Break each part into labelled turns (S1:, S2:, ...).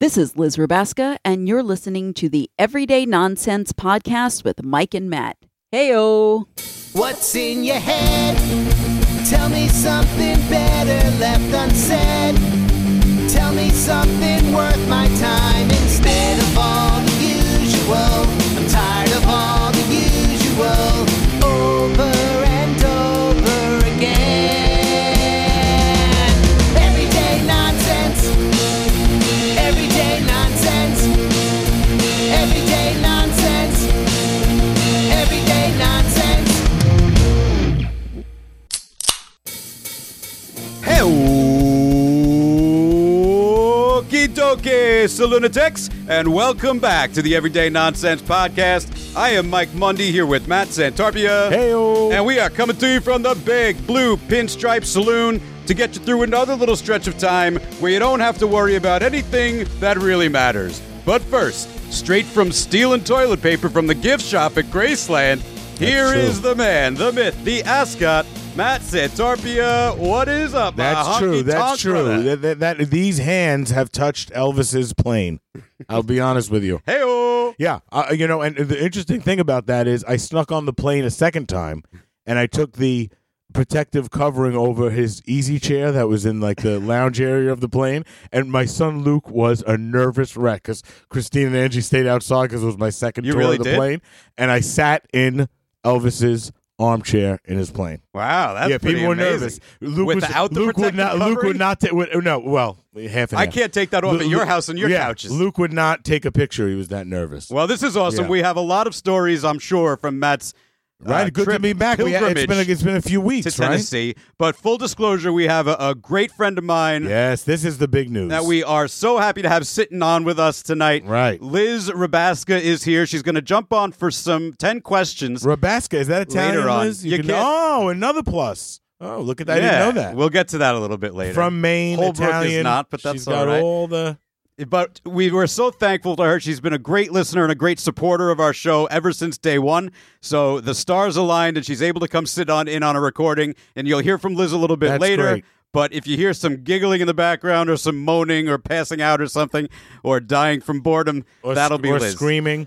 S1: This is Liz Rubaska, and you're listening to the Everyday Nonsense Podcast with Mike and Matt. Heyo!
S2: What's in your head? Tell me something better left unsaid. Tell me something worth my time instead of all the usual. I'm tired of all the usual. Over and over again. Everyday nonsense. Everyday nonsense. Everyday nonsense. Everyday nonsense.
S3: Hey, dokie, lunatics, and welcome back to the Everyday Nonsense Podcast. I am Mike Mundy here with Matt Santarpia.
S4: Heyo.
S3: And we are coming to you from the big blue pinstripe saloon to get you through another little stretch of time where you don't have to worry about anything that really matters. But first, straight from steel and toilet paper from the gift shop at Graceland, here
S4: true.
S3: is the man, the myth, the ascot, Matt Santarpia. What is up, my
S4: That's true.
S3: honky-tonk
S4: That's true.
S3: brother?
S4: That, that, that- these hands have touched Elvis's plane. I'll be honest with you.
S3: Hey,
S4: Yeah, uh, you know, and the interesting thing about that is I snuck on the plane a second time, and I took the protective covering over his easy chair that was in like the lounge area of the plane. And my son Luke was a nervous wreck because Christine and Angie stayed outside because it was my second
S3: You
S4: tour
S3: really
S4: of the
S3: did?
S4: plane, and I sat in Elvis's armchair in his plane.
S3: wow, that's
S4: yeah,
S3: pretty
S4: people were
S3: amazing.
S4: nervous. Luke
S3: Without
S4: was,
S3: the
S4: Luke would
S3: protective
S4: not. Luke
S3: covering?
S4: would not. Ta- would, uh, no, well, half. And
S3: I
S4: half.
S3: can't take that off
S4: Lu-
S3: at your
S4: Lu-
S3: house and your
S4: yeah,
S3: couches.
S4: Luke would not take a picture. He was that nervous.
S3: Well, this is awesome.
S4: Yeah.
S3: We have a lot of stories, I'm sure, from Matt's uh,
S4: right, good to
S3: trip,
S4: be back. We- it's
S3: pilgrimage
S4: been a, it's been a few
S3: to
S4: weeks, right?
S3: Tennessee. But full disclosure, we have a, a great friend of mine
S4: Yes, this is the big news.
S3: that we are so happy to have sitting on with us tonight.
S4: Right.
S3: Liz Rabaska is here. She's going to jump on for some 10 questions.
S4: Rabaska is that Italian?
S3: Later on.
S4: Liz?
S3: You
S4: can,
S3: can't-
S4: oh, another plus. Oh, look at that! I
S3: Yeah,
S4: didn't know that.
S3: We'll get to that a little bit later.
S4: From Maine,
S3: Holbrook is
S4: Italian.
S3: not, but that's
S4: she's got
S3: all right.
S4: all the.
S3: But we were so thankful to her. She's been a great listener and a great supporter of our show ever since day one. So the stars aligned, and she's able to come sit on in on a recording. And you'll hear from Liz a little bit
S4: That's
S3: later.
S4: great.
S3: But if you hear some giggling in the background, or some moaning, or passing out, or something, or dying from boredom,
S4: Or,
S3: that'll be
S4: or
S3: Liz
S4: screaming.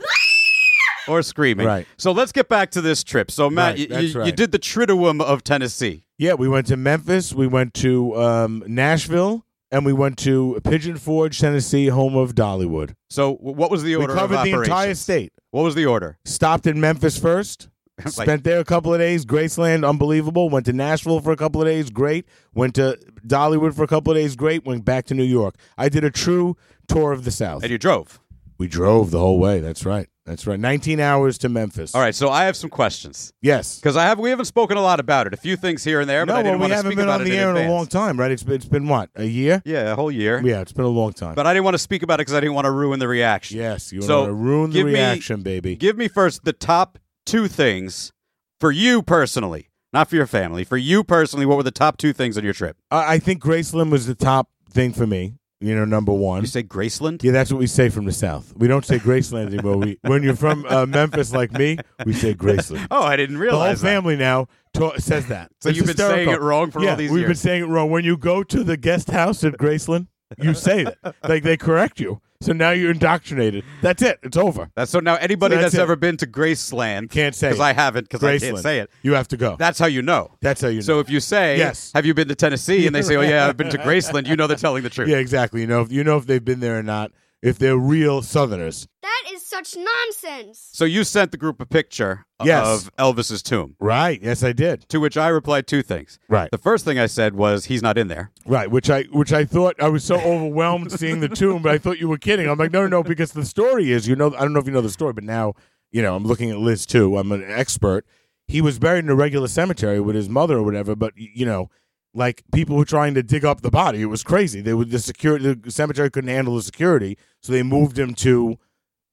S3: or screaming.
S4: Right.
S3: So let's get back to this trip. So Matt,
S4: Right,
S3: you-
S4: that's
S3: you, you
S4: right.
S3: did the Triduum of Tennessee.
S4: Yeah, we went to Memphis, we went to um, Nashville, and we went to Pigeon Forge, Tennessee, home of Dollywood.
S3: So w- what was the
S4: We
S3: order of
S4: covered the
S3: operations?
S4: entire state.
S3: What was the order?
S4: Stopped in Memphis first.
S3: Like-
S4: Spent there a couple of days. Graceland, unbelievable. Went to Nashville for a couple of days. Great. Went to Dollywood for a couple of days. Great. Went back to New York. I did a true tour of the South.
S3: And you drove.
S4: We drove the whole way. That's right. That's right. 19 hours to Memphis.
S3: All right. So I have some questions.
S4: Yes.
S3: Because I have, we haven't spoken a lot about it. A few things here and there, but
S4: no,
S3: I didn't want
S4: well, we
S3: to
S4: haven't
S3: speak
S4: been
S3: about
S4: on
S3: it
S4: the
S3: in
S4: air in, a
S3: advance.
S4: long time, right? It's been, it's been what? A year?
S3: Yeah, a whole year.
S4: Yeah, it's been a long time.
S3: But I didn't want to speak about it because I didn't want to ruin the reaction.
S4: Yes, you
S3: So,
S4: want to ruin the
S3: give me-
S4: reaction, baby.
S3: Give me first the top two things for you personally, not for your family. For you personally, what were the top two things on your trip?
S4: I, I think Graceland was the top thing for me. You know, number one.
S3: You say Graceland?
S4: Yeah, that's what we say from the South. We don't say Graceland anymore. We, when you're from uh, Memphis like me, we say Graceland.
S3: Oh, I didn't
S4: The whole
S3: realize that.
S4: family now ta- says that.
S3: So
S4: It's
S3: you've been saying
S4: hysterical.
S3: it wrong for
S4: yeah,
S3: all these
S4: we've
S3: years.
S4: been saying it wrong. When you go to the guest house at Graceland, you say it. Like they correct you. So now you're indoctrinated. That's it. It's over.
S3: That's so now anybody
S4: So
S3: that's,
S4: that's it.
S3: ever been to Graceland
S4: Can't say
S3: because
S4: it.
S3: I haven't because I can't
S4: Graceland.
S3: say it.
S4: You have to go.
S3: That's how you know.
S4: that's how you know.
S3: So if you say,
S4: Yes.
S3: have you been to Tennessee? And they say, oh yeah, I've been to Graceland. You know they're telling the truth.
S4: yeah, exactly. You know, if, you know if they've been there or not. If they're real Southerners.
S5: That is such nonsense.
S3: So you sent the group a picture
S4: Yes.
S3: of Elvis's tomb,
S4: Right. Yes, I did.
S3: to which I replied two things.
S4: Right.
S3: The first thing I said was, "He's not in there."
S4: Right, which I which I thought I was so overwhelmed seeing the tomb, but I thought you were kidding. I'm like, no, no, no, because the story is, you know, I don't know if you know the story, but now, you know, I'm looking at Liz too. I'm an expert. He was buried in a regular cemetery with his mother or whatever, but y- you know, like people were trying to dig up the body. It was crazy. They would the security the cemetery couldn't handle the security, so they moved him to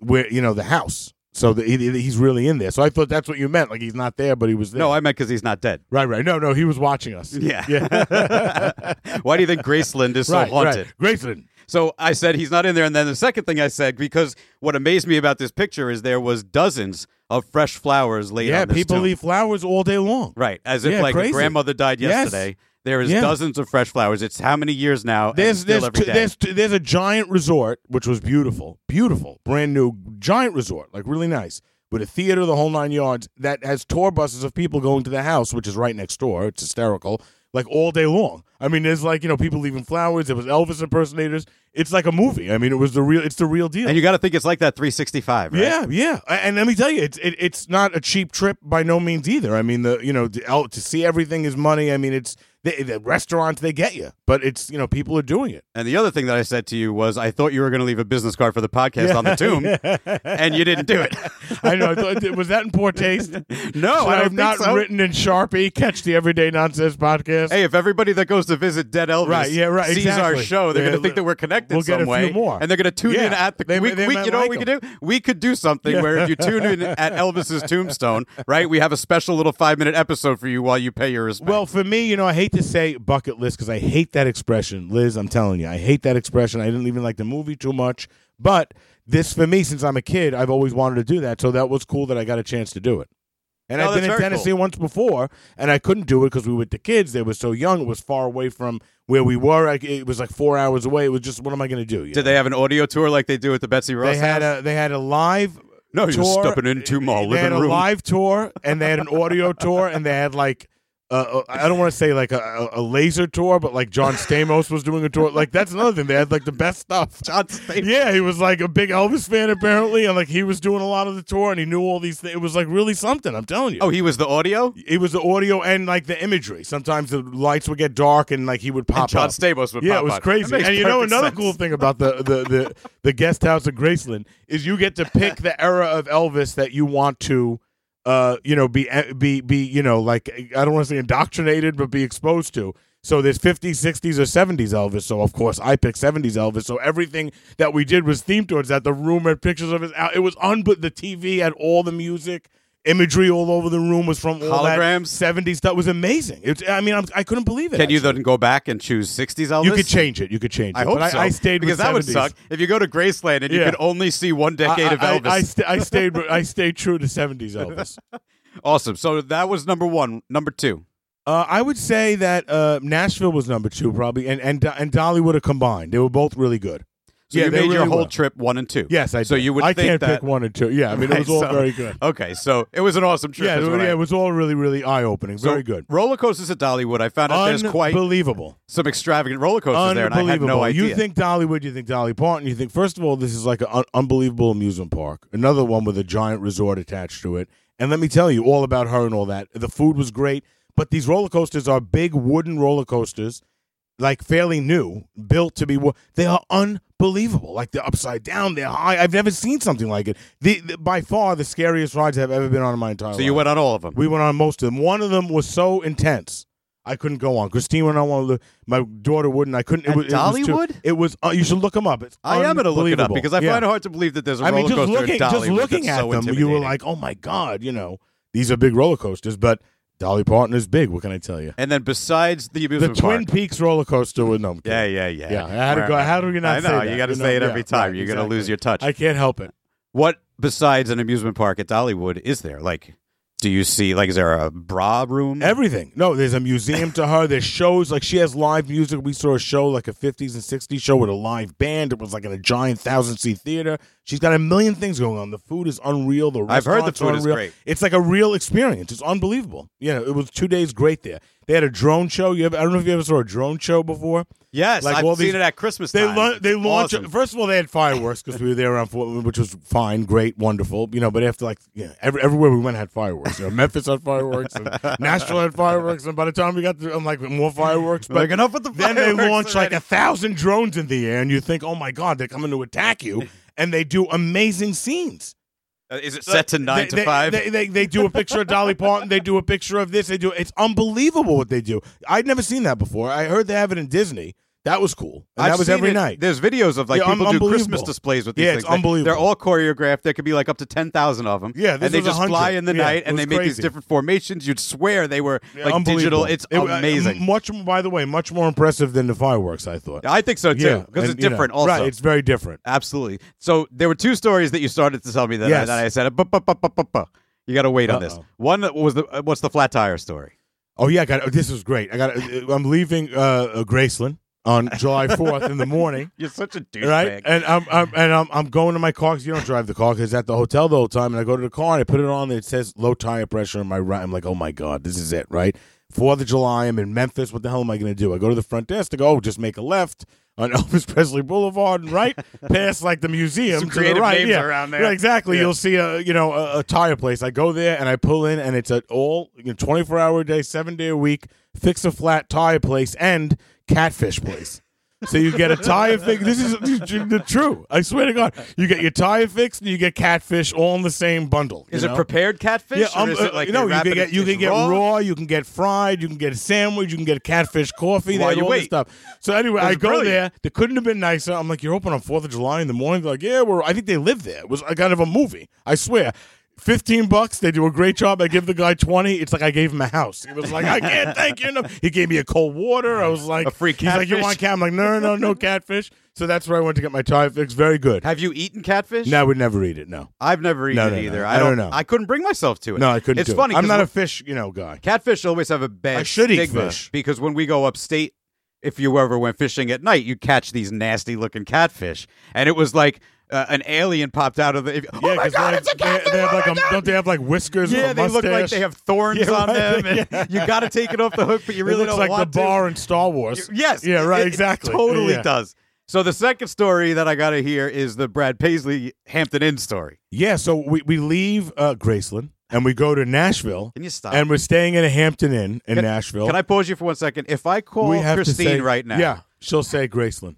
S4: where you know the house. So the, he, he's really in there. So I thought that's what you meant, like he's not there, but he was there.
S3: No, I meant because he's not dead.
S4: right, right. No, no, he was watching us.
S3: Yeah.
S4: yeah.
S3: Why do you think Graceland is so
S4: right,
S3: haunted?
S4: right. Graceland.
S3: So I said he's not in there, and then the second thing I said because what amazed me about this picture is there was dozens of fresh flowers laid
S4: Yeah,
S3: on this
S4: people
S3: tomb.
S4: leave flowers all day long.
S3: right as if
S4: Yeah,
S3: like a
S4: crazy.
S3: grandmother died
S4: Yes.
S3: yesterday. There is
S4: Yeah.
S3: dozens of fresh flowers. It's how many years now? and
S4: There's
S3: still
S4: there's,
S3: every
S4: two,
S3: day.
S4: there's two- there's a giant resort which was beautiful, beautiful, brand new giant resort, like really nice, with a theater, the whole nine yards. That has tour buses of people going to the house, which is right next door. It's hysterical, like all day long. I mean, there's like you know people leaving flowers. There was Elvis impersonators. It's like a movie. I mean, it was the real. It's the real deal.
S3: and you got to think it's like that 365, right?
S4: Yeah, yeah, A- and let me tell you, it's it, it's not a cheap trip by no means either. I mean, the you know the, el- to see everything is money. I mean, it's the, the restaurants they get you, but it's you know people are doing it.
S3: And the other thing that I said to you was, I thought you were going to leave a business card for the podcast on the tomb, and you didn't do it.
S4: I know. I thought, was that in poor taste?
S3: no, I don't
S4: have
S3: think
S4: not
S3: so.
S4: written in Sharpie. Catch the Everyday Nonsense podcast.
S3: Hey, if everybody that goes to visit Dead Elvis
S4: Right, yeah, right,
S3: sees our
S4: exactly.
S3: show, they're
S4: Yeah,
S3: going to think that we're connected
S4: we'll
S3: some
S4: get a
S3: way,
S4: few more.
S3: and they're going to tune
S4: Yeah,
S3: in at the
S4: they
S3: we,
S4: may- they
S3: we,
S4: might
S3: You know what
S4: like
S3: we could do? We could do something where if you tune in at Elvis's tombstone, right? We have a special little five minute episode for you while you pay your respects.
S4: Well, for me, you know, I hate to say bucket list because I hate that expression, Liz. I'm telling you, I hate that expression. I didn't even like the movie too much, but this for me, since I'm a kid, I've always wanted to do that. So that was cool that I got a chance to do it. And
S3: No,
S4: I've
S3: that's
S4: been in
S3: very
S4: Tennessee once before, and I couldn't do it because we were with the kids. They were so young; it was far away from where we were. I, it was like four hours away. It was just, what am I going to do? you
S3: did they have an audio tour like they do at the Betsy Ross?
S4: they had
S3: house?
S4: a they had a live
S3: No, Oh, you're
S4: tour.
S3: stepping into my
S4: they
S3: living
S4: had a
S3: room.
S4: live tour and they had an audio tour and they had like uh, I don't want to say like a, a, a laser tour, but like John Stamos was doing a tour. Like that's another thing. They had like the best stuff.
S3: John Stamos.
S4: Yeah, he was like a big Elvis fan apparently, and like he was doing a lot of the tour and he knew all these things. It was like really something. I'm telling you.
S3: Oh, he was the audio.
S4: it was the audio and like the imagery. Sometimes the lights would get dark and like he would pop
S3: And John
S4: up
S3: Stamos would
S4: yeah,
S3: pop
S4: it was
S3: on.
S4: crazy.
S3: That makes
S4: And you know
S3: perfect
S4: another
S3: sense.
S4: cool thing about the, the the the guest house at Graceland is you get to pick the era of Elvis that you want to, uh, you know, be be be you know like I don't want to say indoctrinated, but be exposed to. So there's 50s, 60s, or 70s Elvis. So of course I picked 70s Elvis. So everything that we did was themed towards that. The room had pictures of his. out- It was on, but the TV had all the music. Imagery all over the room was from all that
S3: Holograms.
S4: 70s stuff. It was amazing. It, I mean, I'm, I couldn't believe it.
S3: Can you
S4: actually.
S3: then go back and choose 60s Elvis?
S4: You could change it. You could change it.
S3: Oh, I hope
S4: but
S3: so.
S4: I, I stayed
S3: because
S4: with
S3: that would
S4: 70s.
S3: suck if you go to Graceland and you
S4: Yeah.
S3: could only see one decade
S4: I,
S3: of
S4: I-
S3: Elvis.
S4: I, sta- I stayed. I stayed true to '70s Elvis.
S3: awesome. So that was number one. Number two.
S4: Uh, I would say that uh, Nashville was number two, probably, and and and Dollywood are combined. They were both really good.
S3: So
S4: Yeah,
S3: you
S4: they
S3: made your
S4: really
S3: whole
S4: were.
S3: trip one and two.
S4: Yes, I.
S3: So
S4: did.
S3: you would
S4: I
S3: think
S4: can't
S3: that.
S4: pick one and two. Yeah, I mean it was
S3: Right,
S4: all
S3: so-
S4: very good.
S3: Okay, so it was an awesome trip.
S4: Yeah,
S3: is
S4: it,
S3: what I-
S4: yeah, it was all really, really eye opening.
S3: So
S4: Very good.
S3: Roller coasters at Dollywood. I found out there's quite
S4: Unbelievable.
S3: some extravagant roller coasters there, and I had no idea.
S4: You think Dollywood, you think Dolly Parton, you think, first of all, this is like an un- unbelievable amusement park. Another one with a giant resort attached to it. And let me tell you all about her and all that. The food was great, but these roller coasters are big wooden roller coasters, like fairly new, built to be. wo- They are unbelievable. Like they're upside down, they're high. I've never seen something like it. The, the- by far the scariest rides I've ever been on in my entire
S3: so
S4: life.
S3: you went on all of them.
S4: We went on most of them. One of them was so intense. I couldn't go on. Christine went on one of the. My daughter wouldn't. I couldn't.
S3: At
S4: it was, It was,
S3: Dollywood?
S4: too- it was uh, you should look them up. It's
S3: I am going to look it up
S4: unbelievable.
S3: because I
S4: Yeah.
S3: find it hard to believe that there's a
S4: I mean,
S3: roller
S4: just
S3: coaster
S4: looking,
S3: at Dollywood.
S4: just looking
S3: that's so
S4: at them, you were
S3: intimidating.
S4: like, "Oh my god!" You know, these are big roller coasters, but Dolly Parton is big. What can I tell you?
S3: And then besides the
S4: The
S3: amusement
S4: Twin
S3: park,
S4: Peaks roller coaster with no. I'm kidding.
S3: yeah, yeah, yeah,
S4: Yeah, I had to go- how do you not
S3: I know
S4: say that?
S3: you got to
S4: You know,
S3: say it
S4: yeah,
S3: every time.
S4: right,
S3: You're going to lose
S4: exactly.
S3: your touch.
S4: I can't help it.
S3: what besides an amusement park at Dollywood is there? Like, do you see like is there a bra room?
S4: Everything. No, there's a museum to her. There's shows. Like she has live music. We saw a show like a 50s and 60s show with a live band. It was like in a giant thousand seat theater. She's got a million things going on. The food is unreal. The
S3: I've heard the
S4: restaurants
S3: food
S4: are
S3: is
S4: unreal.
S3: great.
S4: It's like a real experience. It's unbelievable. You know, it was two days great there. They had a drone show. You ever, I don't know if you ever saw a drone show before.
S3: yes,
S4: Like
S3: I've
S4: all
S3: seen
S4: these-
S3: it at Christmas
S4: They
S3: time.
S4: lau- they
S3: It's
S4: launched
S3: awesome.
S4: first of all they had fireworks because we were there around Fort, which was fine, great, wonderful, you know. But after like you know, every, everywhere we went had fireworks. You know, Memphis had fireworks, and Nashville had fireworks, and by the time we got to, I'm like more fireworks. But
S3: Like, enough with the
S4: then they
S3: fireworks
S4: launch
S3: already.
S4: like a thousand drones in the air, and you think, oh my god, they're coming to attack you, and they do amazing scenes.
S3: Uh, Is it set to nine
S4: They-
S3: to
S4: they,
S3: five?
S4: They, they, they do a picture of Dolly Parton. They do a picture of this. They do. It's unbelievable what they do. I'd never seen that before. I heard they have it in Disney. That was cool. And
S3: I've
S4: that was
S3: seen
S4: every
S3: it.
S4: night.
S3: There's videos of like
S4: Yeah,
S3: people
S4: un-
S3: do Christmas
S4: unbelievable.
S3: displays with these
S4: Yeah,
S3: things.
S4: it's
S3: They- They're
S4: unbelievable.
S3: all choreographed. There could be like up to ten thousand of them.
S4: Yeah, this
S3: and they
S4: was
S3: just
S4: 100.
S3: fly in the
S4: Yeah,
S3: night
S4: it
S3: and they
S4: was
S3: make these
S4: crazy.
S3: different formations. You'd swear they were like
S4: Unbelievable.
S3: digital. It's
S4: It- uh,
S3: amazing.
S4: much, by the way, much more impressive than the fireworks. I thought.
S3: I think so too because
S4: and,
S3: it's
S4: you know,
S3: different. also,
S4: right? It's very different.
S3: absolutely. So there were two stories that you started to tell me that, I,
S4: Yes.
S3: that I said, "Buh, buh, buh, buh, buh, buh." you got to wait on this.
S4: Uh-oh.
S3: One was the uh, what's the flat tire story?
S4: Oh yeah, I got. This is great. I got. I'm leaving uh, uh, Graceland on July 4th in the morning.
S3: You're such a douchebag.
S4: Right, and I'm, I'm and I'm, I'm going to my car because you don't drive the car because at the hotel the whole time, and I go to the car and I put it on. And it says low tire pressure in my right. I'm like, oh my god, this is it, right? Fourth of July, I'm in Memphis. What the hell am I going to do? I go to the front desk to go, oh, just make a left on Elvis Presley Boulevard and right past like the museum
S3: Some
S4: to the
S3: creative
S4: right.
S3: names
S4: yeah,
S3: around there.
S4: Right, exactly.
S3: Yeah.
S4: You'll see a you know a, a tire place. I go there and I pull in, and it's an all you know, 24 hour a day, seven day a week, fix a flat tire place and catfish place. So you get a tire fix. This is the true. I swear to God, you get your tire fixed and you get catfish all in the same bundle. you
S3: is it
S4: know?
S3: prepared catfish?
S4: Yeah,
S3: or
S4: um,
S3: is
S4: uh,
S3: it like
S4: no,
S3: they
S4: you
S3: wrap
S4: can
S3: it
S4: get
S3: in-
S4: you
S3: it's
S4: can get raw? you can get fried, you can get a sandwich, you can get a catfish coffee,
S3: While
S4: there,
S3: you
S4: all this
S3: wait.
S4: stuff. So anyway,
S3: That's
S4: I go
S3: brilliant.
S4: there. They couldn't have been nicer. I'm like, you're open on Fourth of July in the morning. They're like, yeah, we're. I think they live there. It was a kind of a movie. I swear. 15 bucks. They do a great job. I give the guy 20. It's like I gave him a house. He was like, I can't thank you enough. He gave me a cold water. I was like,
S3: A free
S4: He's like, you
S3: catfish?
S4: want cat? I'm like, no, no, no catfish. So that's where I went to get my tire fixed. Very good.
S3: Have you eaten catfish?
S4: No, I would never eat it. No.
S3: I've never eaten
S4: no,
S3: it
S4: no.
S3: either.
S4: I don't know.
S3: I couldn't bring myself to it.
S4: No, I couldn't
S3: It's
S4: do
S3: funny.
S4: It. I'm
S3: 'cause
S4: not
S3: wh-
S4: a fish, you know, guy.
S3: Catfish always have a bad
S4: I should eat
S3: stigma
S4: fish.
S3: because when we go upstate, if you ever went fishing at night, you'd catch these nasty looking catfish, and it was like uh, an alien popped out of the. oh my
S4: 'cause
S3: god,
S4: they're-
S3: it's a
S4: they-
S3: catfish!
S4: They have
S3: oh
S4: like
S3: my
S4: a,
S3: God!
S4: don't they have like whiskers?
S3: yeah,
S4: or
S3: they look like
S4: mustache?
S3: they have thorns
S4: Yeah,
S3: on
S4: right,
S3: them. and
S4: yeah.
S3: You got to take it off the hook, but you really
S4: it looks
S3: don't
S4: like
S3: want
S4: the
S3: to.
S4: bar in Star Wars.
S3: Yes.
S4: Yeah. Right.
S3: it- it
S4: exactly.
S3: totally
S4: yeah.
S3: does. So the second story that I got to hear is the Brad Paisley Hampton Inn story.
S4: Yeah. So we we leave uh, Graceland and we go to Nashville
S3: Can you stop?
S4: and we're staying at a Hampton Inn in Nashville.
S3: Can I pause you for one second? If I call
S4: we have
S3: Christine
S4: to say,
S3: right now,
S4: Yeah. She'll say Graceland.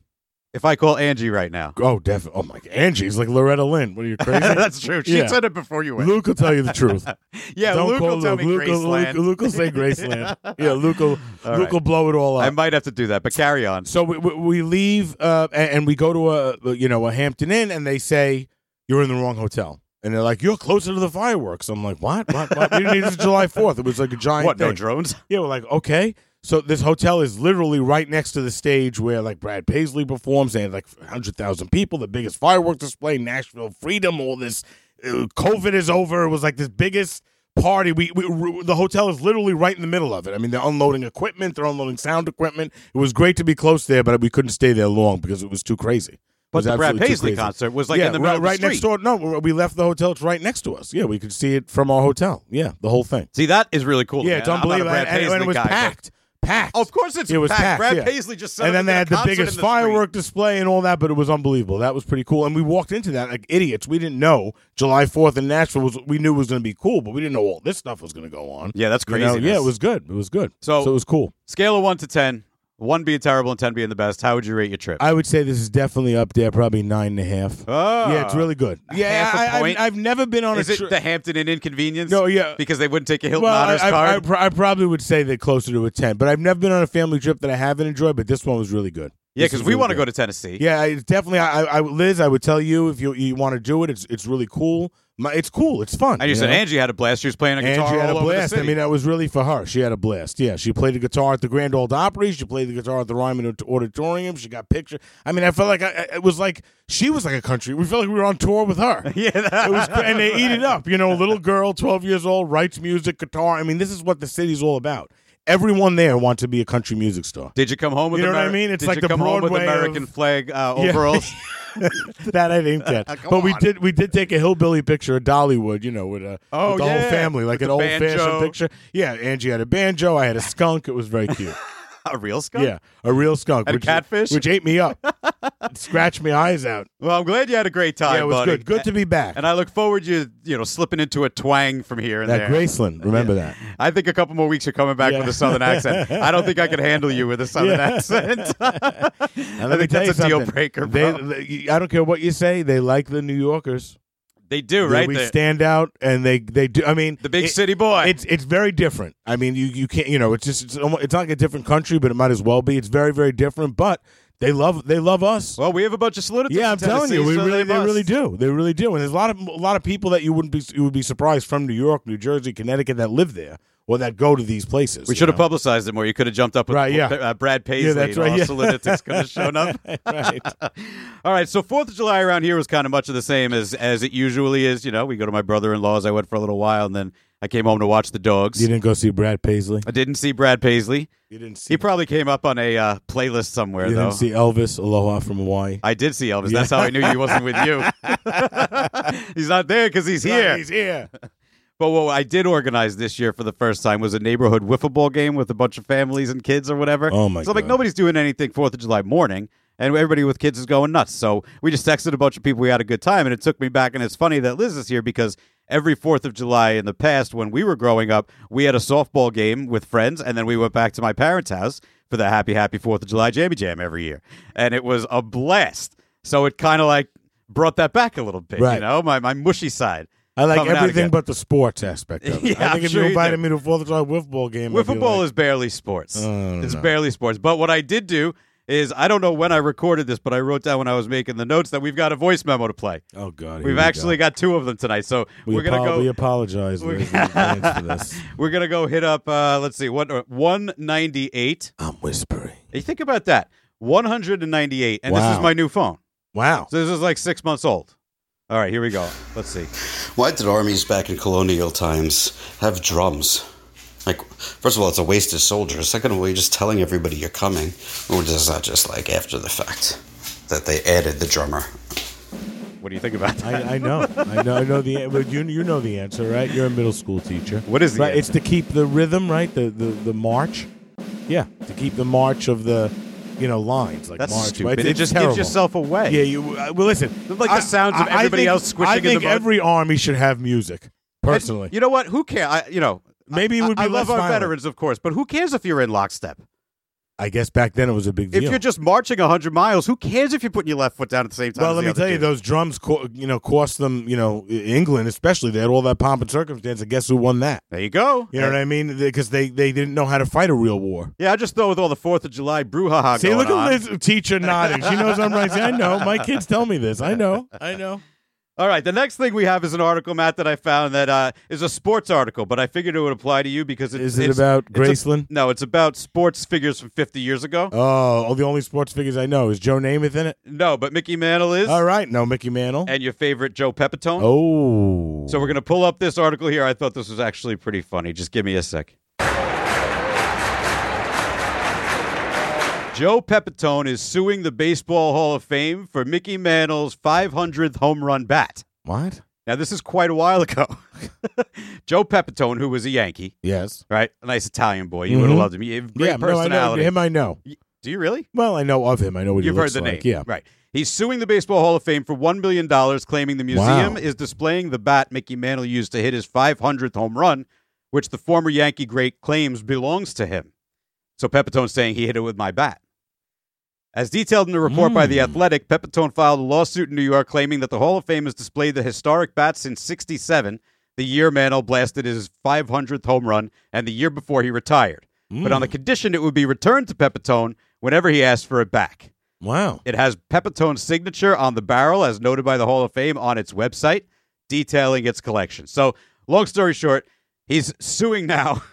S3: If I call Angie right now,
S4: Oh, definitely. Oh my. Angie's like Loretta Lynn. What are you crazy?
S3: that's true. She
S4: Yeah.
S3: said it before you went.
S4: Luke will tell you the truth.
S3: yeah,
S4: Don't
S3: Luke
S4: call
S3: will tell
S4: Luke.
S3: me
S4: Luke, will-
S3: Graceland.
S4: Luke, Luke will say Graceland. yeah. Luke will.
S3: All
S4: Luke
S3: right.
S4: will blow it all up.
S3: I might have to do that, but carry on.
S4: So we we, we leave uh, a- and, we go to a you know a Hampton Inn, and they say you're in the wrong hotel, and they're like you're closer to the fireworks. I'm like what? What? what? We didn't need this July Fourth. It was like a giant
S3: What? No
S4: thing.
S3: drones?
S4: yeah, we're like okay. So this hotel is literally right next to the stage where like Brad Paisley performs. They had like hundred thousand people, the biggest firework display, Nashville Freedom. All this uh, COVID is over. It was like this biggest party. We, we the hotel is literally right in the middle of it. I mean, they're unloading equipment, they're unloading sound equipment. It was great to be close there, but we couldn't stay there long because it was too crazy. It
S3: But
S4: was
S3: the Brad
S4: absolutely too
S3: Paisley
S4: crazy.
S3: concert was like
S4: yeah,
S3: in the
S4: right,
S3: middle of the
S4: right next
S3: street.
S4: door. No, we left the hotel. It's right next to us. Yeah, we could see it from our hotel. Yeah, the whole thing.
S3: See, that is really cool.
S4: Yeah,
S3: man.
S4: it's
S3: I'm not a
S4: unbelievable.
S3: Brad
S4: And- and,
S3: Paisley
S4: it was
S3: guy, but-
S4: packed. Packed.
S3: Of course it's
S4: it was
S3: packed.
S4: packed.
S3: Brad
S4: yeah.
S3: Paisley just said it
S4: And then they
S3: in a
S4: had the
S3: concert in
S4: biggest
S3: the
S4: firework display and all that, but it was unbelievable. That was pretty cool. And we walked into that like idiots. We didn't know July 4th in Nashville was, we knew it was going to be cool, but we didn't know all this stuff was going to go on.
S3: Yeah, that's
S4: You
S3: crazy.
S4: know? Yeah, it was good. It was good.
S3: So-
S4: it was cool.
S3: Scale of one to ten. One being terrible and ten being the best. How would you rate your trip?
S4: I would say this is definitely up there, probably nine and a half.
S3: oh.
S4: yeah, it's really good. Yeah,
S3: half a
S4: I- I-
S3: point?
S4: I've never been on
S3: Is
S4: a
S3: it
S4: trip.
S3: the Hampton Inn inconvenience?
S4: No, yeah.
S3: because they wouldn't take a Hilton
S4: well,
S3: Honors
S4: I, I-
S3: card.
S4: I pro- I probably would say that closer to a ten, but I've never been on a family trip that I haven't enjoyed. But this one was really good.
S3: yeah,
S4: This
S3: because
S4: was
S3: we
S4: really
S3: want to
S4: good.
S3: go to Tennessee.
S4: Yeah, it's definitely. I, I, I- Liz, I would tell you if you you want to do it, it's it's really cool. My, it's cool. It's fun.
S3: and you, said
S4: know?
S3: Angie had a blast. She was playing a guitar
S4: Angie
S3: all
S4: had a
S3: over the
S4: blast. I
S3: city.
S4: mean, that was really for her. She had a blast. Yeah, she played the guitar at the Grand Old Opry. She played the guitar at the Ryman Auditorium. She got pictures. I mean, I felt like I, I- it was like she was like a country. We felt like we were on tour with her.
S3: yeah, that-
S4: It was, cra- and they eat it up. You know, a little girl, twelve years old, writes music, guitar. I mean, this is what the city's all about. Everyone there wants to be a country music star.
S3: Did you come home with
S4: You know what I
S3: Ameri-
S4: mean? It's
S3: did
S4: like
S3: you
S4: the
S3: come home with
S4: Broadway
S3: American
S4: of-
S3: flag uh,
S4: Yeah.
S3: overalls.
S4: that I didn't get.
S3: Come
S4: but we
S3: on.
S4: did we did take a hillbilly picture of Dollywood, you know, with a
S3: Oh,
S4: with the
S3: yeah.
S4: whole family, like
S3: With
S4: an
S3: the
S4: old fashioned
S3: banjo.
S4: picture. Yeah, Angie had a banjo, I had a skunk. It was very cute.
S3: a real skunk?
S4: yeah, a real skunk,
S3: And a
S4: which
S3: catfish?
S4: which ate me up, It scratched my eyes out.
S3: Well, I'm glad you had a great time,
S4: yeah, it was
S3: buddy.
S4: good. Good to be back.
S3: And I look forward to you know slipping into a twang from here and there.
S4: that Graceland, remember that.
S3: I think a couple more weeks you're coming back
S4: Yeah.
S3: with a southern accent. I don't think I could handle you with a southern
S4: Yeah.
S3: accent.
S4: And
S3: I
S4: let me
S3: think
S4: tell
S3: that's
S4: you
S3: a deal
S4: something.
S3: breaker,
S4: They,
S3: bro.
S4: they- I don't care what you say. They like the New Yorkers.
S3: they do,
S4: They-
S3: right?
S4: we
S3: The-
S4: stand out, and they they do. I mean,
S3: the big
S4: it-
S3: city boy.
S4: It's it's very different. I mean, you you can't you know it's just it's, almo- it's not like a different country, but it might as well be. It's very very different, but they love they love us.
S3: well, we have a bunch of solidity.
S4: yeah, I'm telling you, we really they,
S3: they
S4: really
S3: must.
S4: do. They really do, and there's a lot of a lot of people that you wouldn't be you would be surprised from New York, New Jersey, Connecticut that live there or that go to these places.
S3: We
S4: you
S3: should have
S4: know?
S3: publicized it more. You could have jumped up with
S4: Right, yeah.
S3: uh, Brad Paisley.
S4: Yeah, that's
S3: and all
S4: right, yeah.
S3: Soliditix could have shown up.
S4: right.
S3: All right, so Fourth of July around here was kind of much of the same as as it usually is. You know, we go to my brother in law's. I went for a little while, and then I came home to watch the dogs.
S4: You didn't go see Brad Paisley.
S3: I didn't see Brad Paisley.
S4: You didn't see.
S3: He probably came up on a uh, playlist somewhere,
S4: you
S3: though.
S4: didn't see Elvis Aloha from Hawaii.
S3: I did see Elvis.
S4: Yeah.
S3: That's how I knew he wasn't with you. he's not there because he's here.
S4: He's here.
S3: But what I did organize this year for the first time was a neighborhood wiffle ball game with a bunch of families and kids or whatever.
S4: Oh, my
S3: So like
S4: God.
S3: nobody's doing anything Fourth of July morning, and everybody with kids is going nuts. So we just texted a bunch of people. We had a good time, and it took me back. And it's funny that Liz is here because every Fourth of July in the past, when we were growing up, we had a softball game with friends, and then we went back to my parents' house for the happy, happy Fourth of July jammy jam every year, and it was a blast. So it kind of like brought that back a little bit, you
S4: Right.
S3: know, my my mushy side.
S4: I like
S3: coming out again.
S4: everything but the sports aspect of it.
S3: Yeah,
S4: I
S3: I'm
S4: think if
S3: sure
S4: you
S3: you
S4: invited
S3: do.
S4: me to a Fourth of July wiffle ball game, I'd be
S3: Wiffle ball
S4: like,
S3: is barely sports.
S4: Oh,
S3: it's
S4: no.
S3: barely sports. But what I did do is I don't know when I recorded this, but I wrote down when I was making the notes that we've got a voice memo to play.
S4: Oh God, here
S3: We've
S4: we
S3: actually
S4: go.
S3: got two of them tonight, so
S4: We
S3: are gonna
S4: apo-
S3: go.
S4: We apologize
S3: We're-
S4: Liz, in advance for this.
S3: We're gonna go hit up. Uh, let's see, what uh, one ninety eight?
S4: I'm whispering.
S3: You think about that, one hundred and ninety eight, and this is
S4: Wow.
S3: my new phone.
S4: Wow.
S3: So this is like six months old. All right, here we go. Let's see.
S6: Why did armies back in colonial times have drums? Like, first of all, it's a waste of soldiers. Second of all, you're just telling everybody you're coming. Or does that just like after the fact that they added the drummer?
S3: What do you think about that?
S4: I, I know, I know, I know the. But you, you know the answer, right? You're a middle school teacher.
S3: What is the
S4: Right, it's to keep the rhythm, right? The, the the march. Yeah, to keep the march of the, you know, lines like
S3: That's
S4: march.
S3: stupid.
S4: right?
S3: It
S4: It's
S3: just
S4: terrible.
S3: gives yourself away.
S4: Yeah, you. uh, Well, listen,
S3: Like the sounds of everybody
S4: think-
S3: else squishing
S4: I
S3: in the
S4: think
S3: mud.
S4: every army should have music.
S3: And
S4: Personally,
S3: you know what? Who cares? I, you know,
S4: Maybe it would
S3: I, I
S4: be
S3: love
S4: less
S3: our
S4: violent.
S3: veterans, of course, but who cares if you're in lockstep?
S4: I guess back then it was a big
S3: If
S4: deal.
S3: you're just marching 100 miles, who cares if you're putting your left foot down at the same time?
S4: well,
S3: as
S4: let
S3: the
S4: me
S3: other
S4: tell you,
S3: dude?
S4: those drums, co- you know, cost them, you know, I- England especially. They had all that pomp and circumstance, and guess who won that?
S3: There you go.
S4: You know what I mean? Because they, they didn't know how to fight a real war.
S3: Yeah, I just thought with all the 4th of July brouhaha
S4: See,
S3: going
S4: look
S3: on.
S4: at Liz, teacher nodding. She knows I'm right. See, I know. My kids tell me this. I know. I know.
S3: All right, the next thing we have is an article, Matt, that I found that uh, is a sports article, but I figured it would apply to you because it's,
S4: Is it
S3: it's-
S4: about
S3: it's a-
S4: Graceland?
S3: no, it's about sports figures from 50 years ago.
S4: Oh, oh, the only sports figures I know is Joe Namath in it.
S3: No, but Mickey Mantle is,
S4: All right, no Mickey Mantle.
S3: and your favorite Joe Pepitone.
S4: Oh,
S3: So we're going to pull up this article here. I thought this was actually pretty funny. Just give me a sec. Joe Pepitone is suing the Baseball Hall of Fame for Mickey Mantle's 500th home run bat.
S4: what?
S3: Now, this is quite a while ago. Joe Pepitone, who was a Yankee,
S4: Yes.
S3: right? A nice Italian boy. You would have
S4: Mhm.
S3: loved him. He- Great
S4: yeah, no, I know
S3: personality.
S4: him. I know.
S3: Y- Do you really?
S4: Well, I know of him. I know what
S3: You've
S4: he
S3: heard
S4: looks
S3: the
S4: like.
S3: name.
S4: Yeah.
S3: Right. He's suing the Baseball Hall of Fame for $1 million, claiming the museum
S4: Wow.
S3: is displaying the bat Mickey Mantle used to hit his 500th home run, which the former Yankee great claims belongs to him. So Pepitone's saying he hit it with my bat. As detailed in a report by The
S4: Mm.
S3: Athletic, Pepitone filed a lawsuit in New York claiming that the Hall of Fame has displayed the historic bat since 67, the year Mantle blasted his 500th home run and the year before he retired, but
S4: Hmm.
S3: on the condition it would be returned to Pepitone whenever he asked for it back.
S4: Wow.
S3: It has Pepitone's signature on the barrel, as noted by the Hall of Fame on its website, detailing its collection. So, long story short, he's suing now.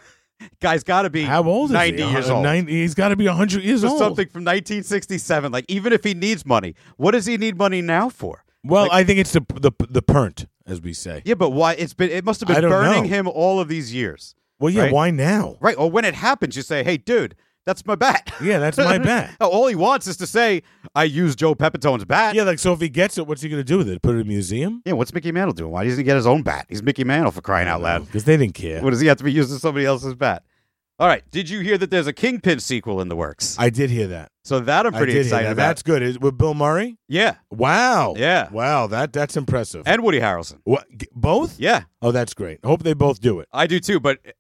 S3: Guy's got to be
S4: How old is
S3: 90
S4: he? Uh,
S3: years old.
S4: 90, he's got to be 100 years
S3: For
S4: old.
S3: something from 1967. Like, even if he needs money, what does he need money now for?
S4: Well, I think it's the the the pernt, as we say.
S3: Yeah, but why? It's been it must have
S4: I
S3: been
S4: don't
S3: burning
S4: know.
S3: him all of these years,
S4: Well, yeah.
S3: Right.
S4: Why now?
S3: right? Or when it happens, you say, "Hey, dude, that's my bat."
S4: Yeah, that's my bat.
S3: all he wants is to say, "I use Joe Pepitone's bat."
S4: Yeah, like so. If he gets it, what's he going to do with it? Put it in a museum?
S3: Yeah, what's Mickey Mantle doing? Why doesn't he get his own bat? He's Mickey Mantle for crying out loud.
S4: because they didn't care.
S3: What does he have to be using somebody else's bat? All right. Did you hear that there's a Kingpin sequel in the works?
S4: I did hear that.
S3: So that I'm
S4: I
S3: pretty
S4: did hear
S3: excited
S4: that.
S3: about.
S4: That's good. Is, with Bill Murray?
S3: yeah,
S4: Wow.
S3: Yeah.
S4: Wow. That that's impressive.
S3: and Woody Harrelson.
S4: what? g- Both?
S3: Yeah,
S4: Oh, that's great. Hope they both do it.
S3: I do too. But uh,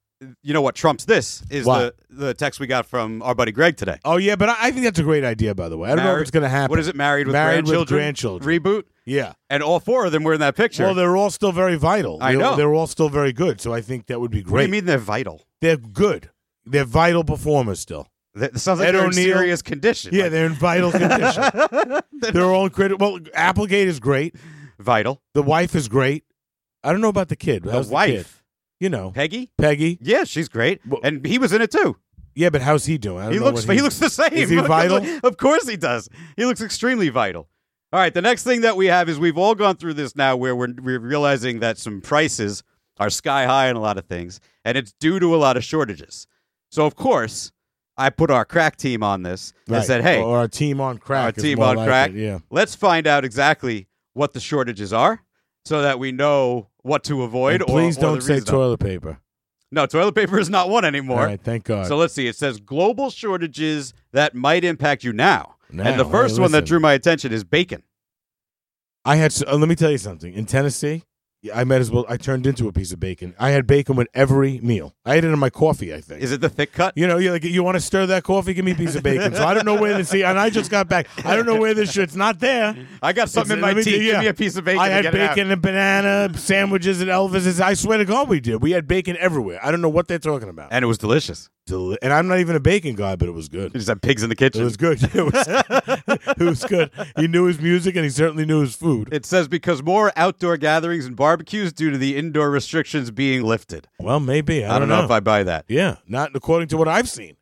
S3: you know what trumps this is
S4: What?
S3: the the text we got from our buddy Greg today.
S4: Oh yeah, but I, I think that's a great idea. By the way, I don't know
S3: Married-
S4: if it's going to happen.
S3: What is it? Married with
S4: Married with
S3: grandchildren.
S4: Grandchildren.
S3: reboot,
S4: Yeah.
S3: and all four of them were in that picture.
S4: Well, they're all still very vital.
S3: I
S4: they're,
S3: know.
S4: They're all still very good. So I think that would be
S3: what do
S4: great.
S3: you mean they're vital?
S4: They're good. They're vital performers still.
S3: That sounds like
S4: Ed
S3: they're in
S4: O'Neill.
S3: serious condition.
S4: Yeah,
S3: Like,
S4: they're in vital condition. they're all critical. Well, Applegate is great.
S3: vital.
S4: The wife is great. I don't know about the kid.
S3: The
S4: How's
S3: wife,
S4: kid? You know,
S3: Peggy.
S4: Peggy.
S3: Yeah, she's great,
S4: Well-
S3: and he was in it too.
S4: Yeah, but how's he doing? I don't
S3: He
S4: know
S3: looks
S4: what
S3: he looks the same.
S4: Is he vital?
S3: of course he does. He looks extremely vital. All right, the next thing that we have is we've all gone through this now where we're, we're realizing that some prices are sky high on a lot of things, and it's due to a lot of shortages. So, of course, I put our crack team on this and
S4: Right.
S3: said, hey,
S4: or a team on crack.
S3: our
S4: is
S3: team
S4: more
S3: on
S4: like
S3: crack.
S4: it, Yeah.
S3: let's find out exactly what the shortages are so that we know what to avoid.
S4: And
S3: or-
S4: please
S3: or
S4: don't
S3: the
S4: say
S3: reason.
S4: toilet paper.
S3: No, toilet paper is not one
S4: All
S3: anymore.
S4: right, thank God.
S3: So let's see. It says global shortages that might impact you now.
S4: Now,
S3: and the
S4: hey,
S3: first one that
S4: listen.
S3: drew my attention is bacon.
S4: I had. s- Uh, let me tell you something. In Tennessee, yeah, I might as well. I turned into a piece of bacon. I had bacon with every meal. I had it in my coffee. I think.
S3: Is it the thick cut?
S4: you know, you like you want to stir that coffee? Give me a piece of bacon. So I don't know where this. See, and I just got back. I don't know where this shit's not there.
S3: I got something in
S4: It's-
S3: my
S4: let me
S3: teeth.
S4: do- yeah.
S3: Give me a piece of bacon.
S4: I
S3: to
S4: had
S3: get it out.
S4: bacon and banana sandwiches at Elvis's. I swear to God, we did. We had bacon everywhere. I don't know what they're talking about.
S3: and it was delicious.
S4: Deli- and I'm not even a bacon guy, but it was good.
S3: You just had pigs in the
S4: It
S3: kitchen.
S4: was good. It was, it was good. He knew his music and he certainly knew his food.
S3: It says because more outdoor gatherings and barbecues due to the indoor restrictions being lifted.
S4: Well, maybe. I,
S3: I, don't know. if I buy that.
S4: Yeah, not according to what I've seen.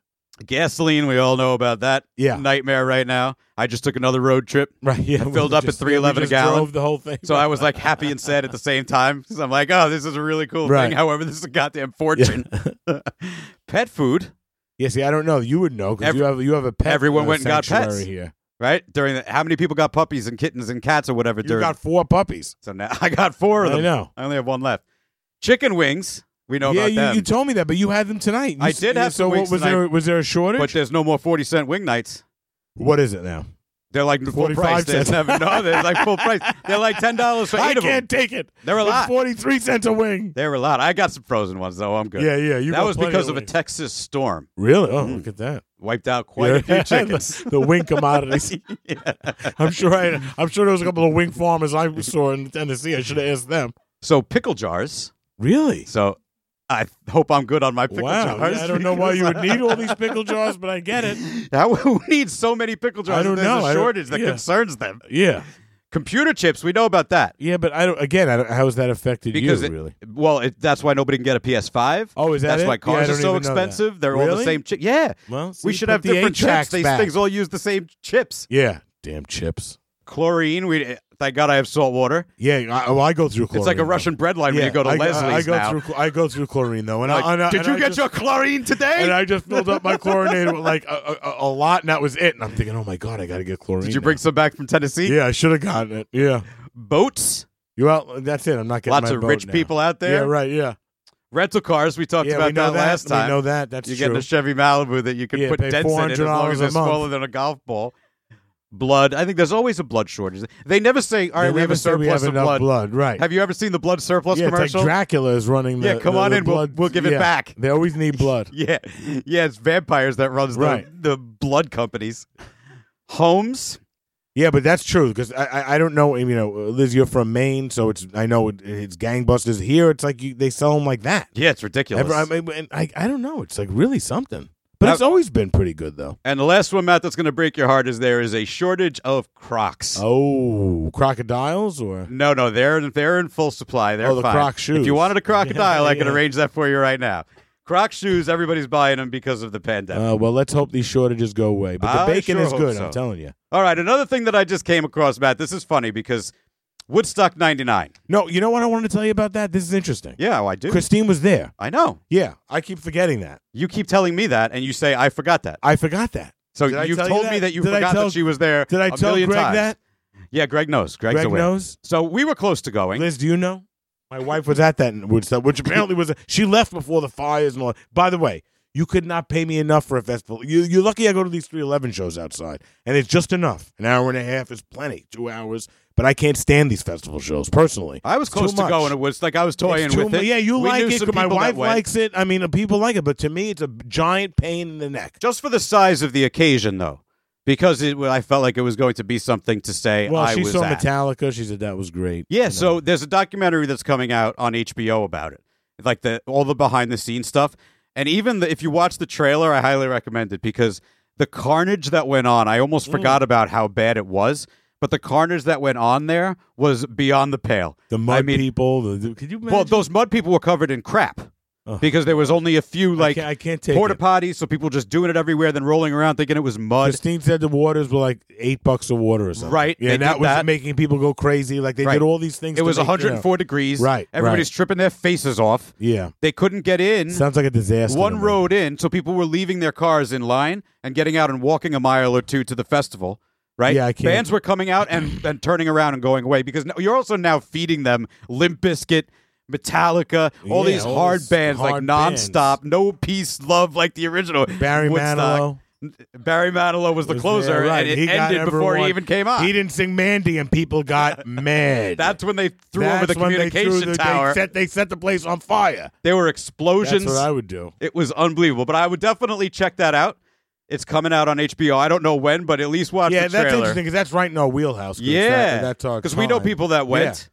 S3: Gasoline, we all know about that.
S4: Yeah.
S3: Nightmare right now. I just took another road trip.
S4: Right. Yeah. we
S3: filled up at
S4: just- yeah,
S3: 3.11 a
S4: we just
S3: gallon.
S4: Drove the whole thing.
S3: So I was like happy and sad at the same time because I'm like, oh, this is a really cool
S4: Right.
S3: thing. However, this is a goddamn fortune. pet food,
S4: yeah. See, I don't know. You would know because
S3: Every-
S4: you have you have a pet.
S3: everyone
S4: uh,
S3: went and got
S4: sanctuary
S3: pets.
S4: here.
S3: right? During the, how many people got puppies and kittens and cats or whatever?
S4: You
S3: during
S4: got four puppies.
S3: so now I got four of
S4: I
S3: them.
S4: know.
S3: I only have one left. Chicken wings, we know
S4: yeah,
S3: about
S4: you,
S3: them,
S4: you told me that, but you had them tonight. You
S3: I
S4: s-
S3: did have
S4: So
S3: some
S4: what
S3: wings
S4: was
S3: tonight,
S4: there? Was there a shortage?
S3: but there's no more forty cent wing nights.
S4: what is it now?
S3: They're like full
S4: 45
S3: price. There's
S4: cents.
S3: never, no, they're like full price. They're like ten dollars for
S4: I
S3: eight of them.
S4: can't take it.
S3: They're a
S4: It's
S3: lot.
S4: Forty-three cents a wing.
S3: They're a lot. I got some frozen ones though. I'm good.
S4: Yeah, yeah. You
S3: that
S4: got
S3: was
S4: plenty
S3: because of a Mm-hmm.
S4: wings.
S3: Texas storm.
S4: really. Oh, look at that.
S3: Wiped out quite a few
S4: Yeah.
S3: chickens.
S4: the, the wing commodities. I'm sure. I, I'm sure there was a couple of wing farmers I saw in Tennessee. I should have asked them.
S3: So pickle jars.
S4: Really?
S3: So I hope I'm good on my pickle
S4: Wow.
S3: jars.
S4: Yeah, I don't know why you would
S3: because-
S4: need all these pickle jars, but I get it.
S3: How who needs so many pickle jars?
S4: I don't
S3: if there's
S4: know. I
S3: A
S4: don't-
S3: shortage that
S4: yeah.
S3: concerns them.
S4: Yeah.
S3: Computer chips. We know about that
S4: Yeah, but I don't. Again, I don't, how has that affected
S3: because
S4: you?
S3: it-
S4: really?
S3: Well, it, that's why nobody can get a PS5.
S4: Oh, is that
S3: that's
S4: it?
S3: why
S4: Yeah,
S3: cars
S4: I
S3: are
S4: don't
S3: so
S4: even know that.
S3: expensive. They're all the
S4: Really?
S3: same chip. Yeah.
S4: Well, so
S3: we
S4: you
S3: should
S4: put
S3: have
S4: the
S3: different chips.
S4: HVACs
S3: These
S4: back.
S3: things all use the same chips.
S4: Yeah. Damn chips.
S3: Chlorine. We thank God I have salt water.
S4: Yeah. I, well, I go through chlorine.
S3: It's like a
S4: though.
S3: Russian bread line
S4: yeah,
S3: when you go to
S4: I,
S3: Leslie's
S4: I, I go
S3: now.
S4: Through, I go through chlorine though, and
S3: Like,
S4: I, and I-
S3: did
S4: and
S3: you
S4: I
S3: get
S4: just-
S3: your chlorine today?
S4: And I just filled up my chlorinated with like a, a, a lot, and that was it. And I'm thinking, oh my god, I got to get chlorine.
S3: did you bring
S4: now.
S3: some back from Tennessee?
S4: Yeah, I should have gotten it. Yeah.
S3: Boats.
S4: You well, that's it. I'm not getting
S3: Lots
S4: my
S3: of
S4: boat
S3: rich
S4: now.
S3: people out there.
S4: Yeah, right. Yeah,
S3: Rental cars. We talked
S4: yeah.
S3: about
S4: we know
S3: that, last time.
S4: We know that. That's
S3: you
S4: true.
S3: get a Chevy Malibu that you can
S4: Yeah,
S3: put
S4: pay
S3: dents in it as long as
S4: $400 a
S3: it's smaller
S4: month.
S3: than a golf ball. Blood. I think there's always a blood shortage. They never say, "All right,
S4: They
S3: we have
S4: never
S3: a
S4: say
S3: surplus
S4: we have
S3: of
S4: enough
S3: blood.
S4: Right.
S3: Have you ever seen the blood surplus
S4: yeah, it's
S3: commercial?
S4: like Dracula is running. The,
S3: Yeah, come
S4: the-
S3: on
S4: the
S3: in, we'll-
S4: blood-
S3: we'll give it
S4: yeah.
S3: back.
S4: They always need blood.
S3: yeah, yeah. It's vampires that runs the,
S4: Right.
S3: the blood companies. Homes.
S4: yeah, but that's true because I, I I don't know. You know, Liz, you're from Maine, so it's I know it, it's gangbusters here. It's like you, they sell them like that.
S3: Yeah, it's ridiculous.
S4: Every- I, mean, and I I don't know. It's like really something. But
S3: Now-
S4: it's always been pretty good though.
S3: and the last one, Matt, that's going to break your heart is there is a shortage of Crocs.
S4: Oh, crocodiles or uh,
S3: No, no, they're they're in full supply. They're
S4: Oh, the
S3: fine.
S4: Croc
S3: If
S4: shoes.
S3: you wanted a crocodile, I can
S4: Yeah.
S3: arrange that for you right now. Croc shoes, everybody's buying them because of the pandemic.
S4: Uh, well, let's hope these shortages go away. But the
S3: I
S4: bacon
S3: sure
S4: is
S3: hope
S4: good.
S3: so.
S4: I'm telling you.
S3: All right, another thing that I just came across, Matt. This is funny because Woodstock '99.
S4: No, you know what I wanted to tell you about that. This is interesting.
S3: Yeah, oh, I do.
S4: Christine was there.
S3: I know.
S4: Yeah, I keep forgetting that.
S3: You keep telling me that, and you say I forgot that.
S4: I forgot that.
S3: So
S4: Did I
S3: you've
S4: tell you
S3: told
S4: that?
S3: me that you
S4: Did I
S3: forgot
S4: tell-
S3: that she was there.
S4: Did I
S3: a
S4: tell
S3: million
S4: Greg
S3: times.
S4: that?
S3: Yeah, Greg knows. Greg's
S4: Greg
S3: aware.
S4: knows.
S3: So we were close to going.
S4: Liz, do you know? My wife was at that in Woodstock, which apparently was. She left before the fires and all. By the way, you could not pay me enough for a festival. You, you're lucky I go to these 311 shows outside, and it's just enough. An hour and a half is plenty. Two hours, but I can't stand these festival shows personally.
S3: I was
S4: It's too
S3: close to
S4: much.
S3: going to Woodstock. I was toying
S4: It's too
S3: with
S4: mu-
S3: it.
S4: Yeah, you
S3: We
S4: like
S3: knew
S4: it.
S3: some
S4: 'cause My
S3: people that
S4: wife
S3: went.
S4: likes it. I mean, uh, people like it, but to me, it's a giant pain in the neck.
S3: just for the size of the occasion, though, because it, I felt like it was going to be something to say.
S4: Well,
S3: I
S4: she
S3: was
S4: saw
S3: at.
S4: Metallica. She said that was great.
S3: Yeah,
S4: You
S3: so
S4: know.
S3: there's a documentary that's coming out on HBO about it, like the all the behind the scenes stuff, and even the, if you watch the trailer, I highly recommend it because the carnage that went on, I
S4: Mm.
S3: almost forgot about how bad it was, but the carnage that went on there was beyond the pale.
S4: the mud
S3: I mean,
S4: people. The, the, could you imagine?
S3: well, those mud people were covered in crap. because there was only a few like
S4: can't- I can't take
S3: porta
S4: it.
S3: potties, so people just doing it everywhere, then rolling around thinking it was mud.
S4: Christine said the waters were like eight bucks a water or something.
S3: Right,
S4: Yeah,
S3: they
S4: and that
S3: did
S4: was
S3: that.
S4: making people go crazy. Like they
S3: Right.
S4: did all these things.
S3: it
S4: to
S3: was
S4: make, you know-
S3: 104 degrees.
S4: Right,
S3: everybody's tripping their faces off.
S4: Yeah.
S3: They couldn't get in.
S4: Sounds like a disaster. to
S3: one
S4: me.
S3: road in, so people were leaving their cars in line and getting out and walking a mile or two to the festival. Right?
S4: Yeah, I can't-
S3: Bands were coming out and, and turning around and going away because now, you're also now feeding them Limp Bizkit, Metallica, all
S4: Yeah,
S3: these
S4: all
S3: hard
S4: these
S3: bands like
S4: hard
S3: nonstop, no peace, love like the original.
S4: Barry
S3: Woodstock.
S4: Manilow.
S3: Barry Manilow was the
S4: was
S3: closer,
S4: there, right.
S3: and it
S4: He got
S3: ended before he
S4: everyone-
S3: even came on.
S4: He didn't sing Mandy, and people got mad.
S3: That's when they threw
S4: That's
S3: over the
S4: when they
S3: communication
S4: threw the-
S3: tower.
S4: They set, they set the place on fire.
S3: there were explosions.
S4: That's what I would do.
S3: It was unbelievable, but I would definitely check that out. It's coming out on HBO. I don't know when, but at least watch the
S4: yeah, that's
S3: trailer.
S4: interesting because that's right in our wheelhouse. 'cause that-
S3: Yeah,
S4: that's our.
S3: we know
S4: time.
S3: people that went.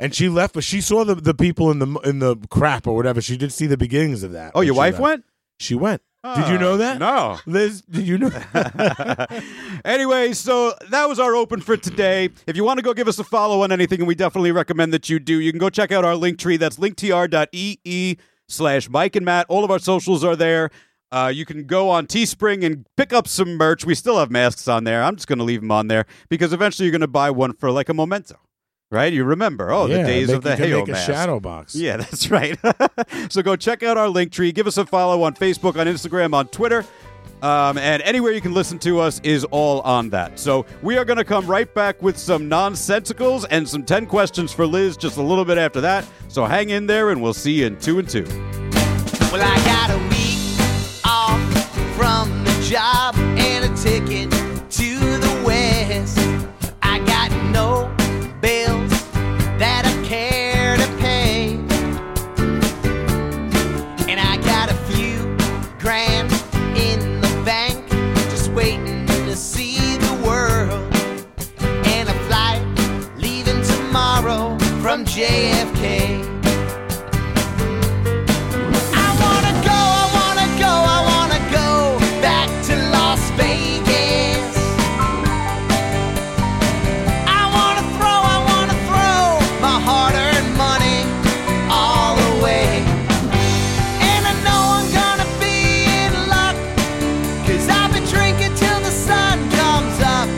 S4: And she left, but she saw the, the people in the in the crap or whatever. She did see the beginnings of that.
S3: Oh,
S4: when
S3: your
S4: she
S3: wife
S4: left.
S3: went?
S4: She went. did you
S3: Oh,
S4: know that?
S3: No.
S4: Liz, did you know?
S3: anyway, so that was our open for today. If you want to go give us a follow on anything, and we definitely recommend that you do, you can go check out our link tree. That's linktr.ee slash Mike and Matt. All of our socials are there. Uh, you can go on Teespring and pick up some merch. We still have masks on there. I'm just going to leave them on there because eventually you're going to buy one for like a memento, right? You remember, oh,
S4: Yeah,
S3: the days
S4: make-
S3: of the
S4: you can
S3: Halo
S4: make a
S3: mask.
S4: shadow box.
S3: Yeah, that's right. so go check out our link tree. Give us a follow on Facebook, on Instagram, on Twitter. Um, and anywhere you can listen to us is all on that. So we are going to come right back with some nonsensicals and some 10 questions for Liz just a little bit after that. So hang in there and we'll see you in two and two.
S2: Well, I got a week off from the job and a ticket to the west. I got no bills that I care to pay. And I got a few grand in the bank just waiting to see the world. And a flight leaving tomorrow from JFK. I wanna go, I wanna go, I wanna go back to Las Vegas. I wanna throw, I wanna throw my hard-earned money all away. And I know I'm gonna be in luck. Cause I've been drinking till the sun comes up.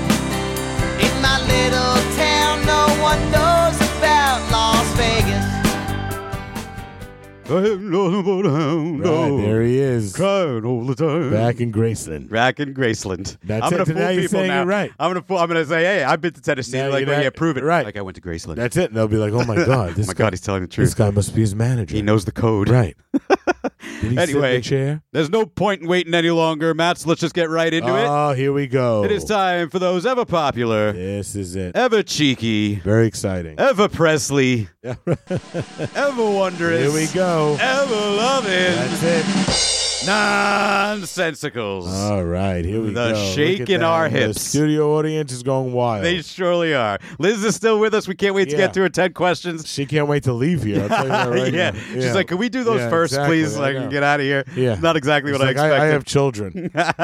S2: In my little town, no one knows about Las Vegas.
S4: Right, there he is,
S3: all the time.
S4: back in Graceland.
S3: Rack in Graceland.
S4: That's
S3: I'm
S4: it.
S3: gonna
S4: So
S3: fool
S4: now you're
S3: people
S4: saying
S3: now.
S4: it right.
S3: I'm gonna fool, I'm gonna say, hey, I've been to Tennessee.
S4: Now
S3: like,
S4: you're
S3: well,
S4: not-
S3: yeah, prove it.
S4: right.
S3: Like I went to Graceland.
S4: That's it. And they'll be like, "Oh my god,
S3: oh
S4: this
S3: my
S4: guy,
S3: god, he's telling the
S4: this
S3: truth.
S4: guy must be his manager."
S3: He knows the code.
S4: right? Did he sit in
S3: Anyway,
S4: the chair?
S3: There's no point in waiting any longer, Matt. So let's just get right into it.
S4: Oh, here we go.
S3: It is time for those ever popular,
S4: This is it.
S3: ever cheeky,
S4: Very exciting.
S3: ever Presley, ever wondrous,
S4: Here we go.
S3: ever loving
S4: That's it.
S3: nonsensicals.
S4: All right, here we
S3: The
S4: go. Look
S3: shake
S4: at
S3: in
S4: that.
S3: our
S4: The
S3: hips.
S4: studio audience is going wild.
S3: they surely are. Liz is still with us. We can't wait to
S4: Yeah.
S3: get to her 10 questions.
S4: she can't wait to leave here. I'll tell you that right
S3: yeah.
S4: now.
S3: She's like, can we do those
S4: Yeah,
S3: first,
S4: exactly.
S3: please? So I can
S4: know.
S3: get out of here.
S4: Yeah.
S3: Not exactly
S4: It's
S3: what
S4: like,
S3: I expected.
S4: I have children.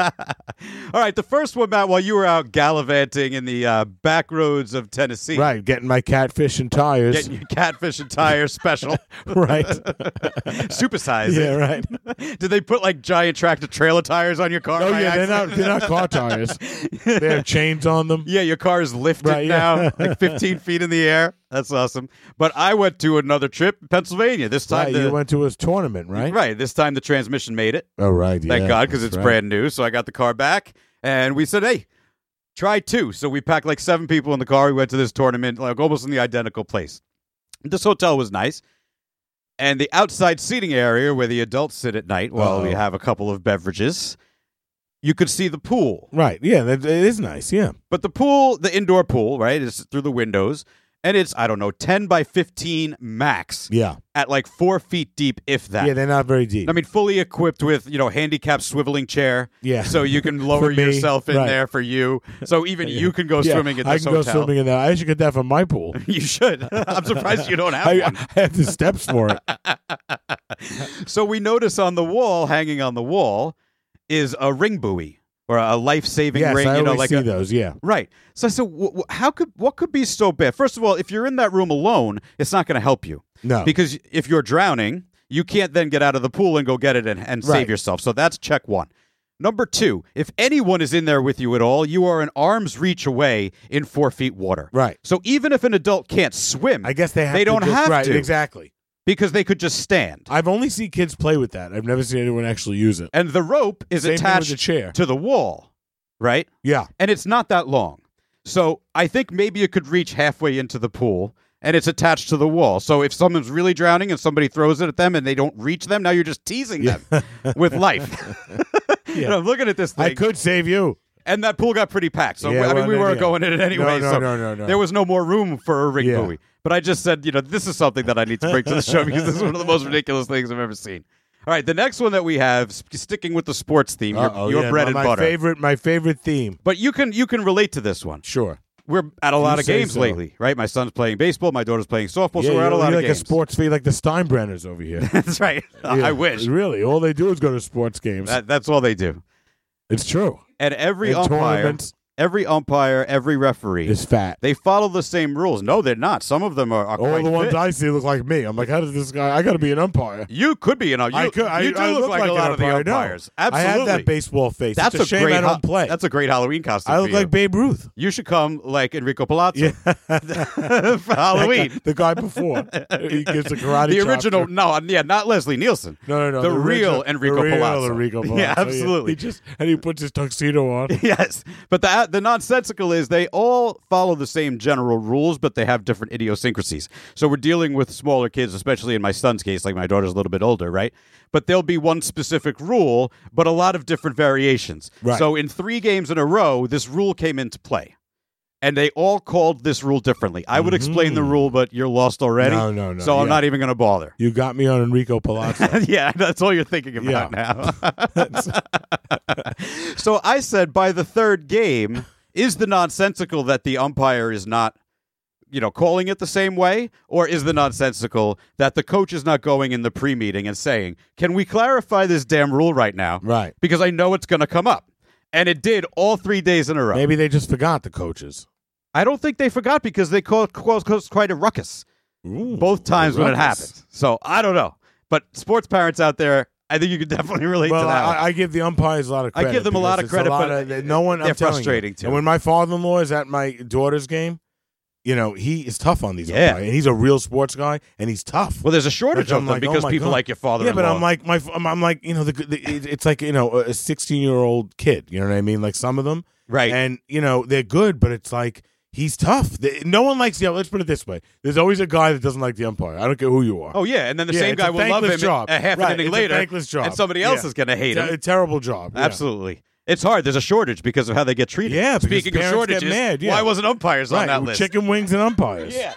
S3: All right, the first one, Matt, while you were out gallivanting in the uh, back roads of Tennessee,
S4: right, getting my catfish and tires.
S3: getting your catfish and tire special,
S4: right.
S3: supersize
S4: yeah, right.
S3: it. Did they put like giant tractor trailer tires on your car?
S4: Oh
S3: by
S4: yeah, they're
S3: accident?
S4: not they're not car tires. They have chains on them.
S3: Yeah, your car is lifted
S4: Right,
S3: now,
S4: yeah.
S3: like 15 feet in the air. That's awesome. But I went to another trip, Pennsylvania. This time,
S4: Right,
S3: the,
S4: you went to his tournament, right?
S3: right, this time the transmission made it.
S4: Oh right.
S3: Thank
S4: yeah,
S3: God, because
S4: that's
S3: it's
S4: right.
S3: brand new. So I got the car back, and we said, "Hey, try two. So we packed like seven people in the car. We went to this tournament, like almost in the identical place. This hotel was nice, and the outside seating area where the adults sit at night while we
S4: Uh-oh.
S3: have a couple of beverages, you could see the pool.
S4: Right. Yeah, that, it is nice. Yeah.
S3: But the pool, the indoor pool, right, is through the windows, and it's I don't know, ten by fifteen max,
S4: Yeah.
S3: at like four feet deep, if that.
S4: Yeah, they're not very deep.
S3: I mean, fully equipped with you know handicap swiveling chair.
S4: Yeah.
S3: So you can lower
S4: me,
S3: yourself in
S4: right.
S3: there for you. So even you can go
S4: Yeah,
S3: swimming at
S4: I
S3: this
S4: can
S3: hotel.
S4: go swimming in that. I should get that from my pool.
S3: You should. I'm surprised you don't have
S4: I,
S3: one.
S4: I have the steps for it.
S3: So we notice on the wall, hanging on the wall, is a ring buoy or a life saving
S4: yes,
S3: ring.
S4: I
S3: you know,
S4: always
S3: like
S4: see
S3: a,
S4: those. Yeah.
S3: Right. So I said, w- w- how could what could be so bad? First of all, if you're in that room alone, it's not going to help you
S4: No.
S3: because if you're drowning, you can't then get out of the pool and go get it and, and save
S4: Right.
S3: yourself. So that's check one. Number two, if anyone is in there with you at all, you are an arm's reach away in four feet water.
S4: Right.
S3: So even if an adult can't swim,
S4: I guess they have
S3: they
S4: to
S3: don't
S4: do-
S3: have
S4: right,
S3: to
S4: exactly.
S3: because they could just stand.
S4: I've only seen kids play with that. I've never seen anyone actually use it.
S3: and the rope is
S4: Same thing with
S3: attached
S4: the chair.
S3: to the wall, right?
S4: Yeah.
S3: And it's not that long. So I think maybe it could reach halfway into the pool and it's attached to the wall. So if someone's really drowning and somebody throws it at them and they don't reach them, now you're just teasing them with life. And I'm looking at this thing.
S4: I could save you.
S3: And that pool got pretty packed. So,
S4: Yeah,
S3: I mean,
S4: well,
S3: we
S4: then,
S3: were
S4: yeah.
S3: going in it anyway.
S4: No, no,
S3: so
S4: no, no, no.
S3: There was no more room for a ring
S4: Yeah.
S3: buoy. But I just said, you know, this is something that I need to bring to the show because this is one of the most ridiculous things I've ever seen. All right, the next one that we have, sp- sticking with the sports theme, your,
S4: Uh-oh,
S3: your
S4: yeah,
S3: bread
S4: my,
S3: and
S4: my
S3: butter.
S4: Favorite, my favorite theme.
S3: But you can you can relate to this one.
S4: Sure.
S3: We're at a lot of
S4: say
S3: games
S4: so.
S3: lately, right? My son's playing baseball, my daughter's playing softball, so
S4: yeah,
S3: we're at a
S4: you're-
S3: lot
S4: you're
S3: of
S4: like
S3: games.
S4: a sports fan, like the Steinbrenners over here.
S3: That's right.
S4: Yeah.
S3: I wish.
S4: Really, all they do is go to sports games.
S3: That, that's all they do.
S4: it's true.
S3: And every
S4: And
S3: umpire,
S4: tournaments
S3: every umpire, every referee,
S4: is fat.
S3: they follow the same rules. No, they're not. Some of them are, are
S4: All
S3: quite
S4: the ones
S3: fit.
S4: I see look like me. I'm like, how does this guy? I got to be an umpire.
S3: You could be an umpire. You,
S4: I could. I,
S3: you do
S4: I
S3: look, like, a
S4: an
S3: lot of the
S4: umpire. I know.
S3: umpires. Absolutely.
S4: I had that baseball face.
S3: That's
S4: it's a, shame
S3: great.
S4: I
S3: ha-
S4: don't play.
S3: That's a great Halloween costume.
S4: I
S3: for
S4: look
S3: you.
S4: like Babe Ruth.
S3: You should come like Enrico Palazzo for
S4: That guy-
S3: Halloween.
S4: the guy before he gives a karate.
S3: The
S4: chop
S3: original,
S4: to-
S3: no, uh, yeah, not Leslie Nielsen.
S4: No, no, no.
S3: The,
S4: original-
S3: real Enrico
S4: the real
S3: Palazzo.
S4: Enrico
S3: Yeah,
S4: Palazzo,
S3: absolutely.
S4: He just and he puts his tuxedo on.
S3: yes, but the the nonsensical is they all follow the same general rules, but they have different idiosyncrasies. So we're dealing with smaller kids, especially in my son's case. Like my daughter's a little bit older, right? But there'll be one specific rule, but a lot of different variations.
S4: Right.
S3: So in three games in a row, this rule came into play. And they all called this rule differently. I would explain the rule, but you're lost already.
S4: Mm-hmm. No, no, no,
S3: So I'm
S4: yeah.
S3: not even going to bother.
S4: You got me on Enrico Palazzo.
S3: yeah, that's all you're thinking about now. so I said by the third game, is the nonsensical that the umpire is not, you know, calling it the same way, or is the nonsensical that the coach is not going in the pre-meeting and saying, "Can we clarify this damn rule right now?"
S4: right.
S3: Because I know it's going to come up. And it did all three days in a row.
S4: Maybe they just forgot the coaches.
S3: I don't think they forgot because they caused, caused quite a ruckus both times when it
S4: ruckus.
S3: happened. So I don't know, but sports parents out there, I think you could definitely relate
S4: Well,
S3: to that. one.
S4: I, I give the umpires a lot of
S3: I
S4: credit.
S3: give them a lot of
S4: because it's
S3: credit, but
S4: of- no one.
S3: they're
S4: I'm telling
S3: frustrating,
S4: you.
S3: too.
S4: And when my father-in-law is at my daughter's game, you know he is tough on these
S3: Yeah.
S4: umpires, and he's a real sports guy, and he's tough.
S3: well, there's a shortage
S4: Like,
S3: of
S4: I'm
S3: them
S4: like, oh
S3: because
S4: my
S3: people
S4: God.
S3: like your father.
S4: yeah, but I'm like my, I'm, I'm like you know the, the it- it's like you know a 16 year old kid. You know what I mean? Like some of them,
S3: right,
S4: and you know they're good, but it's like he's tough. They- no one likes the. Let's put it this way: there's always a guy that doesn't like the umpire. I don't care who you are.
S3: oh yeah, and then the
S4: Yeah,
S3: same
S4: it's
S3: guy
S4: a
S3: will love him
S4: thankless job.
S3: a half an
S4: Right,
S3: inning
S4: it's a
S3: later,
S4: thankless job.
S3: and somebody else
S4: Yeah.
S3: is going to hate
S4: It's a,
S3: him.
S4: a terrible job. Yeah.
S3: Absolutely. It's hard. There's a shortage because of how they get treated.
S4: Yeah, because
S3: Speaking of
S4: parents get
S3: shortages,
S4: mad, yeah.
S3: why wasn't umpires on
S4: Right,
S3: that
S4: with
S3: list?
S4: Chicken wings and umpires.
S3: Yeah.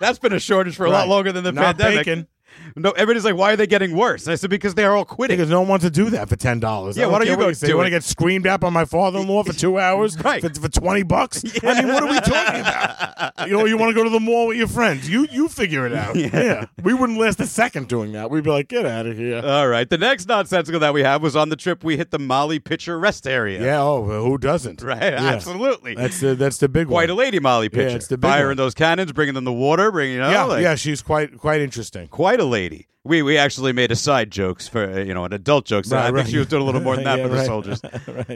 S3: That's been a shortage for a lot
S4: Right.
S3: longer than the
S4: Not
S3: pandemic.
S4: bacon.
S3: No, everybody's like, why are they getting worse? And I said, because they're all quitting.
S4: Because no one wants to do that for ten dollars.
S3: Yeah, why don't you go do
S4: You want
S3: it?
S4: to get screamed at by my father-in-law for two hours?
S3: Right.
S4: For, for twenty bucks? I mean, what are we talking about? You know, you want to go to the mall with your friends? You you figure it out. Yeah. We wouldn't last a second doing that. We'd be like, get out of here.
S3: All right. The next nonsensical that we have was on the trip we hit the Molly Pitcher rest area.
S4: yeah. Oh, well, who doesn't?
S3: Right.
S4: Yeah.
S3: Absolutely.
S4: That's the that's the big
S3: quite a
S4: one.
S3: lady Molly Pitcher.
S4: it's the big
S3: Firing
S4: one.
S3: those cannons, bringing them the water, bringing you know,
S4: yeah.
S3: Oh, like,
S4: yeah. She's quite quite interesting.
S3: Quite a lady. We we actually made aside jokes for uh, you know an adult joke. So
S4: Right,
S3: I think
S4: right.
S3: she was doing a little more than that
S4: Yeah,
S3: for the
S4: right.
S3: soldiers.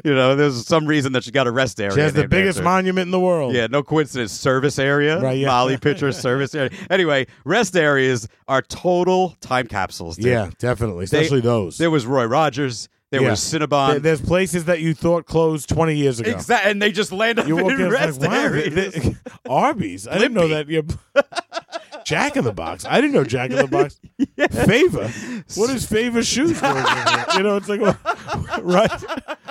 S3: You know, there's some reason that she got a rest area.
S4: She has the
S3: named
S4: biggest
S3: after her.
S4: monument in the world.
S3: Yeah, no coincidence. Service area,
S4: Right, yeah.
S3: Molly Pitcher service area. Anyway, rest areas are total time capsules. dude.
S4: Yeah. Definitely.
S3: They-
S4: Especially those.
S3: there was Roy Rogers. There
S4: Yeah.
S3: was Cinnabon.
S4: There- There's places that you thought closed twenty years ago.
S3: Exactly, and they just land up
S4: You walk in,
S3: in
S4: it's
S3: rest
S4: like, wow,
S3: areas.
S4: they- they- Arby's. I didn't know that. Yeah. Jack in the Box. I didn't know Jack in the Box. Favor. What is Favor shoes doing? in here? You know, it's like, well, right?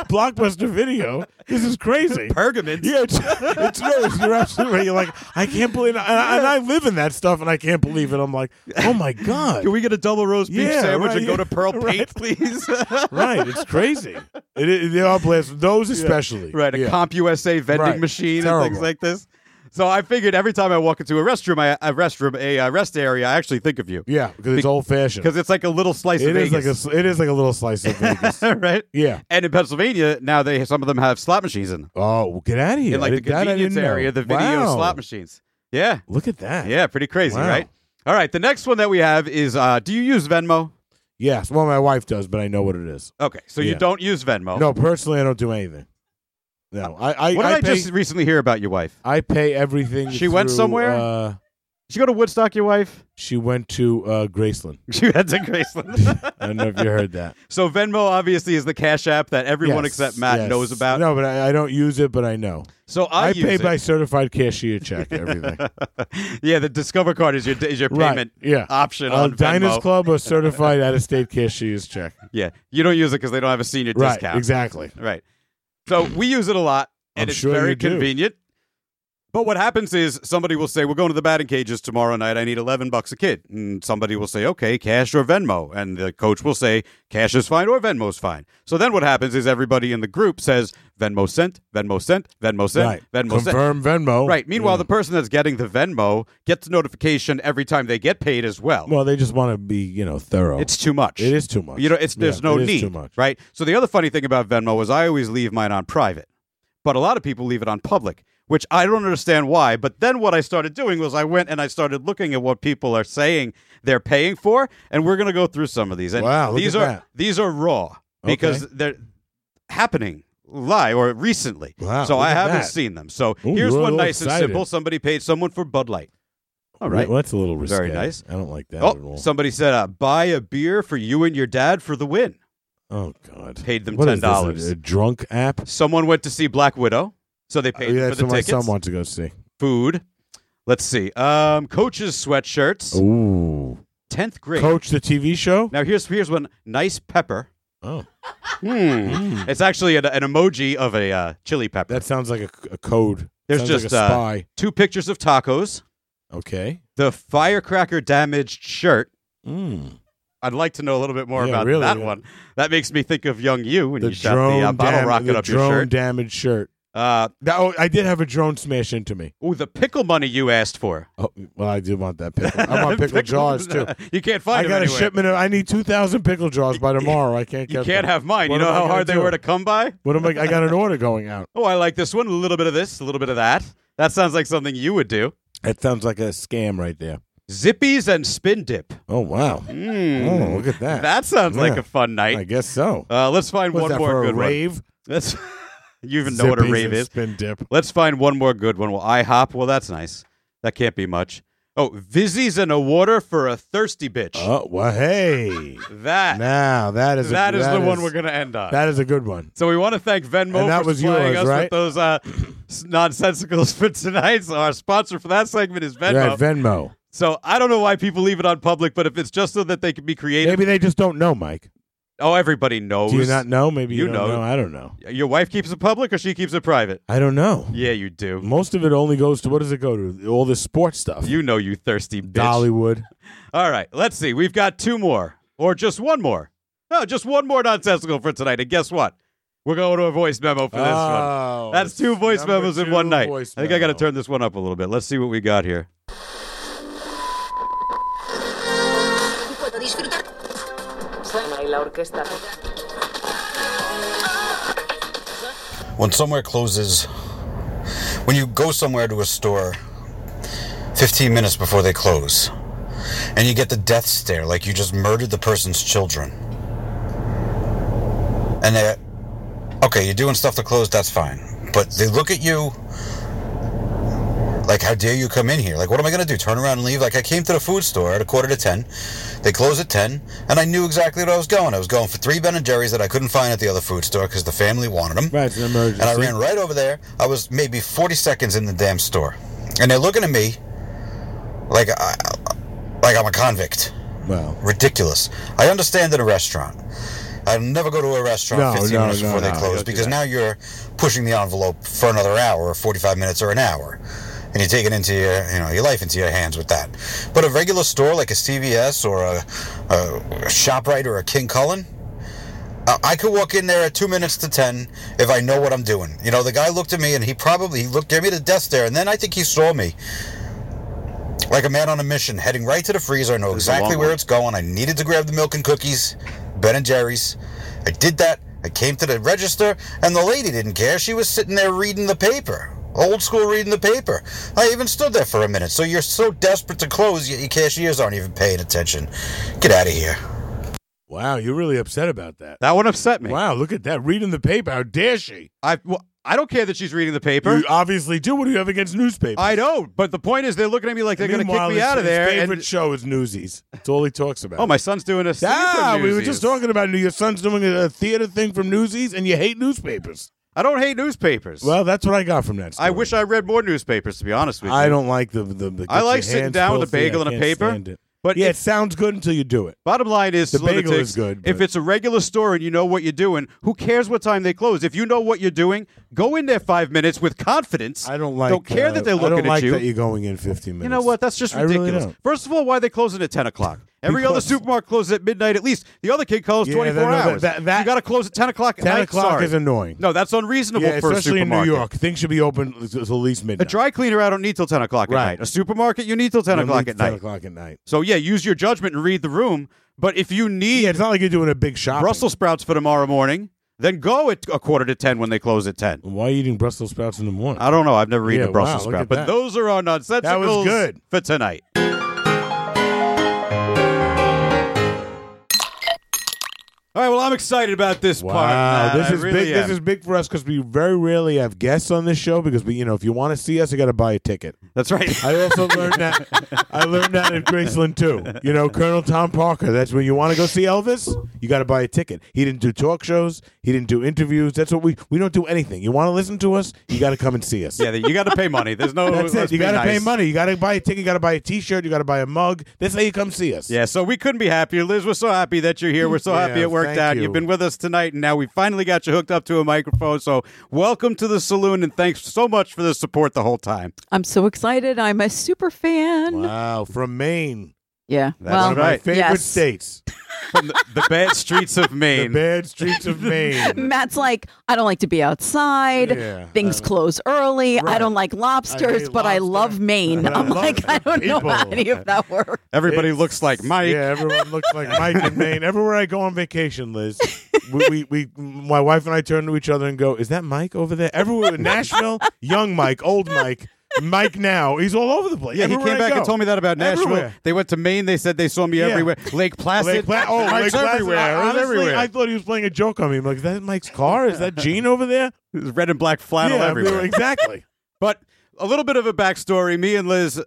S4: Blockbuster Video. This is crazy.
S3: Pergamins.
S4: yeah, it's, it's no, it's, you're absolutely right. You're like, I can't believe, and I, and I live in that stuff, and I can't believe it. I'm like, oh my god,
S3: Can we get a double roast beef
S4: Yeah,
S3: sandwich
S4: right,
S3: and go
S4: yeah,
S3: to Pearl
S4: right.
S3: Paint, please?
S4: right? It's crazy. It, it, they are blessed. Those especially,
S3: right, a
S4: Yeah.
S3: Comp USA vending
S4: Right.
S3: machine
S4: Terrible.
S3: and things like this. So I figured every time I walk into a restroom, I, a restroom, a uh, rest area, I actually think of you
S4: yeah, because it's old fashioned.
S3: because it's like a little slice of
S4: It is
S3: Vegas,
S4: like a, it is like a little slice of Vegas.
S3: right?
S4: Yeah.
S3: And in Pennsylvania now, they some of them have slot machines in them,
S4: Oh, well, get out of here!
S3: in like
S4: I
S3: the
S4: did- that I
S3: convenience
S4: didn't know.
S3: area, the video
S4: Wow.
S3: slot machines. Yeah,
S4: Look at that!
S3: yeah, pretty crazy,
S4: Wow.
S3: right? All right, the next one that we have is: uh, Do you use Venmo?
S4: Yes. Well, my wife does, but I know what it is.
S3: Okay, so you
S4: Yeah.
S3: don't use Venmo.
S4: No, personally, I don't do anything. No, I I,
S3: Oh. What did
S4: I,
S3: I,
S4: pay,
S3: just recently hear about your wife?
S4: I pay everything.
S3: She went
S4: through,
S3: somewhere?
S4: Uh,
S3: Did you go to Woodstock, your wife?
S4: she went to uh, Graceland.
S3: She had to Graceland.
S4: I don't know if you heard that.
S3: so Venmo obviously is the cash app that everyone
S4: Yes,
S3: except Matt
S4: yes.
S3: knows about.
S4: No, but I, I don't use it, but I know.
S3: So I, use
S4: pay
S3: it.
S4: by certified cashier check everything.
S3: yeah, the Discover card is your is your
S4: Right,
S3: payment
S4: yeah.
S3: option
S4: uh,
S3: on
S4: Diners
S3: Venmo.
S4: Club or certified out of state cashier's check.
S3: Yeah, you don't use it because they don't have a senior
S4: Right,
S3: discount.
S4: exactly.
S3: Right. So we use it a lot, and
S4: I'm
S3: it's
S4: sure
S3: very
S4: you do.
S3: convenient. But what happens is somebody will say, "We're going to the batting cages tomorrow night. I need eleven bucks a kid." And somebody will say, "Okay, cash or Venmo," and the coach will say, "Cash is fine or Venmo's fine." So then what happens is everybody in the group says, "Venmo sent, Venmo sent, Venmo sent,
S4: right.
S3: Venmo sent."
S4: Confirm Venmo.
S3: Right. Meanwhile,
S4: Yeah.
S3: the person that's getting the Venmo gets notification every time they get paid as well.
S4: Well, they just want to be, you know, thorough.
S3: it's too much.
S4: It is too much.
S3: You know, it's there's
S4: Yeah,
S3: no
S4: it is
S3: need,
S4: too much.
S3: right? So the other funny thing about Venmo is I always leave mine on private, but a lot of people leave it on public, which I don't understand why. But then what I started doing was I went and I started looking at what people are saying they're paying for, and we're gonna go through some of these. And
S4: Wow, look
S3: these
S4: at
S3: are
S4: that.
S3: these are raw because they're happening live or recently.
S4: Wow,
S3: so
S4: look
S3: I
S4: at
S3: haven't
S4: that.
S3: seen them. So
S4: Ooh,
S3: here's
S4: you're a
S3: one
S4: little
S3: nice
S4: excited.
S3: and simple. Somebody paid someone for Bud Light. All right.
S4: Well, that's a little risky.
S3: Very nice.
S4: I don't like that at
S3: Oh,
S4: all.
S3: somebody said, uh, "Buy a beer for you and your dad for the win."
S4: oh God.
S3: Paid them
S4: What is this,
S3: $10.
S4: A, a drunk app.
S3: Someone went to see Black Widow, so they paid
S4: Uh, yeah,
S3: for
S4: that's
S3: the
S4: what my
S3: tickets.
S4: son wants to go see.
S3: Food. Let's see. Um, coaches sweatshirts.
S4: Ooh.
S3: Tenth grade.
S4: Oh. Coach the TV show.
S3: Now here's here's one nice pepper.
S4: Oh, Hmm.
S3: It's actually an, an emoji of a uh, chili pepper.
S4: that sounds like a, a code.
S3: There's
S4: Sounds
S3: just
S4: like a spy.
S3: Uh, two pictures of tacos.
S4: okay.
S3: The firecracker damaged shirt. Hmm.
S4: Mm.
S3: I'd like to know a little bit more
S4: Yeah,
S3: about
S4: really,
S3: that
S4: yeah.
S3: one. That makes me think of young you when
S4: The
S3: you shot the uh,
S4: drone,
S3: bottle
S4: dam-
S3: rocket
S4: the
S3: up
S4: drone
S3: your shirt.
S4: damaged shirt.
S3: Uh,
S4: That, oh, I did have a drone smash into me.
S3: oh, the pickle money you asked for.
S4: Oh, well, I do want that pickle. I want pickle jars too.
S3: You can't find
S4: I
S3: them
S4: got a
S3: anywhere.
S4: shipment. Of, I need two thousand pickle jars by tomorrow. I can't get.
S3: You can't
S4: them.
S3: have mine.
S4: What
S3: you know
S4: am I
S3: how
S4: gonna
S3: hard they
S4: do?
S3: were to come by?
S4: What am I? I got an order going out.
S3: Oh, I like this one. A little bit of this, a little bit of that. That sounds like something you would do.
S4: That sounds like a scam right there.
S3: Zippies and spin dip.
S4: Oh wow! Oh, look at that.
S3: That sounds like
S4: Yeah.
S3: a fun
S4: I
S3: night.
S4: guess so.
S3: Hmm. Uh, let's find
S4: What's
S3: one
S4: that
S3: more
S4: for
S3: good
S4: a rave?
S3: one. That's you even know what a
S4: Zippies
S3: rave
S4: and
S3: is.
S4: Spin dip.
S3: Let's find one more good one. Well, IHOP. Well, that's nice. That can't be much. Oh, Vizzies and a water for a thirsty bitch.
S4: Oh well, hey.
S3: that
S4: Now that is a,
S3: that is
S4: that
S3: the one we're gonna end on.
S4: That is a good one.
S3: So we want to thank Venmo
S4: And that
S3: for
S4: was
S3: supplying
S4: yours,
S3: us with
S4: right?
S3: those uh, s- nonsensicals for tonight. So our sponsor for that segment is Venmo.
S4: Yeah, Venmo.
S3: so I don't know why people leave it on public, but if it's just so that they can be creative,
S4: Maybe they just don't know, Mike.
S3: oh, everybody knows.
S4: Do you not know? Maybe you,
S3: You
S4: don't
S3: know.
S4: know. I don't know.
S3: Your wife keeps it public, or she keeps it private.
S4: I don't know.
S3: Yeah, you do.
S4: Most of it only goes to what does it go to? All this sports stuff.
S3: You know, you thirsty bitch.
S4: Dollywood.
S3: All right, let's see. We've got two more, or just one more. No, just one more nonsensical for tonight. And guess what? We're going to a voice memo for this one.
S4: Oh,
S3: That's two voice
S4: number
S3: memos in
S4: two
S3: one night. I
S4: voice
S3: think I got to
S4: memo.
S3: turn this one up a little bit. Let's see what we got here.
S7: puedo disfrutar.
S8: Suena ahí la orquesta.
S6: When somewhere closes, when you go somewhere to a store 15 minutes before they close, and you get the death stare like you just murdered the person's children. And they, okay, you're doing stuff to close, that's fine. But they look at you like, how dare you come in here? Like, what am I going to do? Turn around and leave? Like, I came to the food store at a quarter to 10. They close at 10, and I knew exactly what I was going. I was going for three Ben and Jerry's that I couldn't find at the other food store because the family wanted them.
S4: Right, it's an emergency.
S6: And I ran right over there. I was maybe 40 seconds in the damn store. And they're looking at me like I, like I'm a convict.
S4: Well,
S6: Ridiculous. I understand at a restaurant. I'll never go to a restaurant
S4: No,
S6: 15
S4: no,
S6: minutes
S4: no,
S6: before they
S4: no,
S6: close
S4: don't do
S6: because
S4: that.
S6: now you're pushing the envelope for another hour or 45 minutes or an hour. And you're taking into your, you know, your life into your hands with that. But a regular store like a CVS or a, a, a ShopRite or a King Cullen, I- I could walk in there at two minutes to ten if I know what I'm doing. You know, the guy looked at me and he probably he looked gave me the death stare, and then I think he saw me like a man on a mission, heading right to the freezer. I
S3: a
S6: know
S3: long
S6: exactly where
S3: one.
S6: it's going. I needed to grab the milk and cookies, Ben and Jerry's. I did that. I came to the register, and the lady didn't care. She was sitting there reading the paper. Old school reading the paper. I even stood there for a minute. So you're so desperate to close, yet your cashiers aren't even paying attention. Get out of here.
S4: Wow, you're really upset about that.
S3: That one upset me.
S4: Wow, look at that. Reading the paper. How dare she?
S3: I well, I don't care that she's reading the paper.
S4: You obviously do. What do you have against newspapers?
S3: I don't. But the point is, they're looking at me like they're going to kick
S4: Meanwhile,
S3: me
S4: his-
S3: out of
S4: his
S3: there.
S4: favorite
S3: and-
S4: show is Newsies. That's all he talks about.
S3: oh, my son's doing a. scene
S4: Yeah,
S3: from
S4: we were
S3: Newsies.
S4: just talking about it. your son's doing a theater thing from Newsies, and you hate newspapers.
S3: I don't hate newspapers.
S4: Well, that's what I got from that. Story.
S3: I wish I read more newspapers. To be honest with you,
S4: I don't like the the. the
S3: I
S4: get
S3: like
S4: your
S3: sitting
S4: hands
S3: down with a
S4: filthy. I
S3: bagel and a
S4: can't
S3: paper,
S4: stand it.
S3: but
S4: yeah, it
S3: it's-
S4: sounds good until you do it.
S3: Bottom line is,
S4: The bagel
S3: lunatics,
S4: is good,
S3: If
S4: but-
S3: it's a regular store and you know what you're doing, who cares what time they close? If you know what you're doing, go in there five minutes with confidence.
S4: I don't like.
S3: Don't care
S4: uh,
S3: that they're
S4: I
S3: looking
S4: don't like
S3: at you.
S4: That you're going in 15 minutes.
S3: You know what? That's just
S4: I really
S3: ridiculous.
S4: don't.
S3: First of all, why are they closing at ten o'clock? Every other
S4: Because-
S3: supermarket closes at midnight at least. The other kid closes
S4: Yeah,
S3: twenty four
S4: no, that-
S3: hours.
S4: that- that-
S3: you got to close at ten o'clock. At
S4: 10
S3: night?
S4: o'clock
S3: Sorry.
S4: is annoying.
S3: No, that's unreasonable
S4: yeah,
S3: for a
S4: especially in New
S3: supermarket.
S4: York, things should be open until at least
S3: A
S4: midnight.
S3: dry cleaner, I don't need till ten o'clock
S4: Right.
S3: at night. A supermarket, you need till ten
S4: You don't
S3: o'clock
S4: need
S3: at
S4: 10
S3: night.
S4: o'clock at night.
S3: So yeah, use your judgment and read the room. But if you need
S4: Yeah, it's not like you're doing a big shopping.
S3: Brussels sprouts for tomorrow morning, then go at a quarter to 10 when they close at 10.
S4: Why are you eating Brussels sprouts in the morning?
S3: I don't know. I've never eaten
S4: Yeah,
S3: a Brussels
S4: wow, look
S3: sprout.
S4: at
S3: But
S4: that.
S3: those are our nonsensicals
S4: That was good.
S3: for tonight. All right, well, I'm excited about this part.
S4: Wow,
S3: Matt.
S4: this
S3: I
S4: is
S3: really
S4: big. This
S3: am.
S4: is big for us because we very rarely have guests on this show because we, you know, if you want to see us, you got to buy a ticket.
S3: That's right.
S4: I also learned that. I learned that at Graceland too. You know, Colonel Tom Parker. That's when you want to go see Elvis. You got to buy a ticket. He didn't do talk shows. He didn't do interviews. That's what we we don't do anything. You want to listen to us? You got to come and see us.
S3: yeah, you got to pay money. There's no.
S4: That's
S3: let's
S4: it. You
S3: be
S4: got to pay
S3: nice.
S4: money. You got to buy a ticket. You got to buy a T-shirt. You got to buy a mug. That's how you come see us.
S3: Yeah, so we couldn't be happier. Liz, we're so happy that you're here. We're so happy
S4: Yeah,
S3: it worked
S4: thank
S3: out.
S4: you.
S3: have been with us tonight, and now we finally got you hooked up to a microphone. So welcome to the saloon, and thanks so much for the support the whole time.
S1: I'm so excited. I'm a super fan.
S4: Wow, from Maine,
S1: Yeah.
S3: That's
S1: well,
S4: one of my
S3: right.
S4: favorite
S1: Yes.
S4: states.
S3: From the, the bad streets of
S4: The
S3: Maine.
S4: bad streets of Maine.
S1: Matt's like, I don't like to be outside.
S4: Yeah, Uh,
S1: Things close early. I
S4: Right.
S1: don't like lobsters, but I
S4: lobster.
S1: love Maine.
S4: But I
S1: I'm
S4: love
S1: like, I don't know how
S4: people.
S1: any of that works.
S3: Everybody
S4: It's-
S3: looks like Mike.
S4: Yeah, everyone looks like Mike in Maine. Everywhere I go on vacation, Liz, we, we, we, my wife and I turn to each other and go, "Is that Mike over there?" Everywhere, in Nashville, young Mike, old Mike, Mike now, he's all over the place.
S3: Yeah, he came back and told me that about Nashville.
S4: Everywhere.
S3: They went to Maine. They said they saw me
S4: Yeah.
S3: everywhere. Lake Placid.
S4: Lake Pla- oh, Lake
S3: Mike's
S4: Placid.
S3: everywhere.
S4: I,
S3: I was
S4: honestly,
S3: everywhere.
S4: I thought he was playing a joke on me. I'm like, "Is that Mike's car? Is that Gene over there?"
S3: There's red and black flannel
S4: yeah,
S3: everywhere.
S4: exactly.
S3: But a little bit of a backstory. Me and Liz,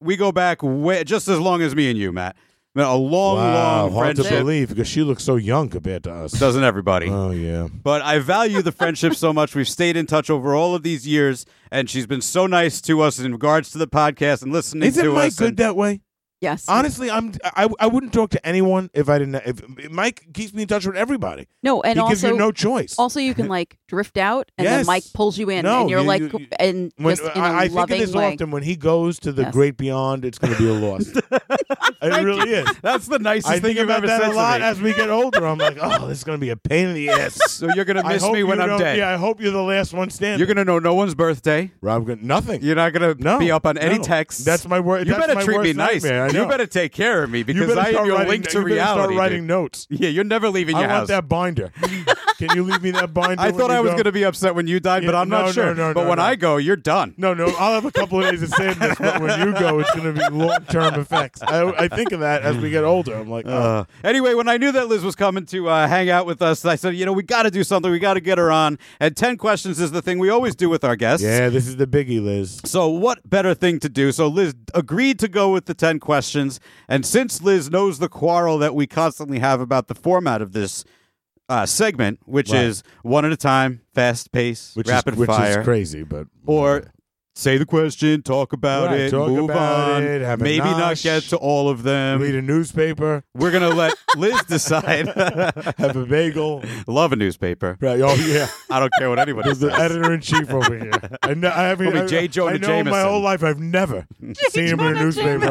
S3: we go back way, just as long as me and you, Matt. Been A long, long
S4: hard to
S3: friendship.
S4: believe because she looks so young compared to us.
S3: Doesn't everybody?
S4: Oh yeah.
S3: But I value the friendship so much. We've stayed in touch over all of these years, and she's been so nice to us in regards to the podcast and listening
S4: Isn't
S3: to
S4: Mike
S3: us.
S4: good
S3: and-
S4: that way?
S1: Yes.
S4: Honestly, I'm I, I wouldn't talk to anyone if I didn't. If Mike keeps me in touch with everybody,
S1: no, and
S4: he
S1: also,
S4: gives you no choice.
S1: also you can like drift out and then
S4: Yes.
S1: Mike pulls you in
S4: No,
S1: and you're
S4: you-
S1: like,
S4: you- you-
S1: and
S4: when,
S1: just in a
S4: I, I think
S1: loving
S4: it is
S1: way.
S4: often when he goes to the
S1: Yes.
S4: great beyond, it's going to be a loss. it really is.
S3: That's the nicest
S4: I
S3: thing
S4: think
S3: you've
S4: about
S3: ever said
S4: that
S3: to
S4: a
S3: me.
S4: lot as we get older. I'm like, oh, this is going to be a pain in the ass.
S3: So you're gonna
S4: I
S3: miss
S4: hope
S3: me when
S4: you
S3: I'm
S4: don't-
S3: dead.
S4: Yeah, I hope you're the last one standing.
S3: You're gonna know no one's birthday.
S4: Rob, gonna- nothing.
S3: You're not gonna
S4: No,
S3: be up on any
S4: no.
S3: texts.
S4: That's my wor-
S3: You
S4: that's
S3: better
S4: my
S3: treat me
S4: worst
S3: nice.
S4: nightmare, I
S3: You
S4: know.
S3: better take care of me
S4: You
S3: because
S4: better
S3: I am
S4: start
S3: your
S4: writing,
S3: link to
S4: you better
S3: reality.
S4: Start
S3: dude.
S4: writing notes.
S3: Yeah, you're never leaving
S4: I
S3: your
S4: want
S3: house.
S4: that binder. Can you leave me that binder?
S3: I
S4: when
S3: thought
S4: you
S3: I was
S4: go?
S3: gonna be upset when you died, but
S4: Yeah,
S3: I'm
S4: no,
S3: not
S4: no,
S3: sure.
S4: no,
S3: but
S4: no,
S3: when
S4: no.
S3: I go, you're done.
S4: No, no, I'll have a couple of days of sadness, but when you go, it's going to be long term effects. I, I think of that as we get older. I'm like, oh.
S3: Uh, anyway, when I knew that Liz was coming to uh, hang out with us, I said, you know, we got to do something. We got to get her on. And 10 questions is the thing we always do with our guests.
S4: yeah, this is the biggie, Liz.
S3: So, what better thing to do? So, Liz agreed to go with the 10 questions. And since Liz knows the quarrel that we constantly have about the format of this uh, segment, which
S4: Right.
S3: is one at a time, fast pace,
S4: Which
S3: rapid
S4: is, which
S3: fire,
S4: is crazy, but
S3: or say the question, talk about
S4: Right,
S3: it,
S4: talk
S3: move
S4: about
S3: on,
S4: it, have a
S3: maybe not
S4: nosh,
S3: get to all of them.
S4: read a newspaper,
S3: We're going to let Liz decide.
S4: have a bagel.
S3: Love a newspaper.
S4: Right? Oh yeah,
S3: I don't care what anybody
S4: the
S3: says.
S4: editor in chief over here. I, know, I haven't.
S3: We'll be J.
S4: I-
S3: Jonah
S4: I know in my
S3: Jameson.
S4: whole life I've never seen him in a
S1: Jonah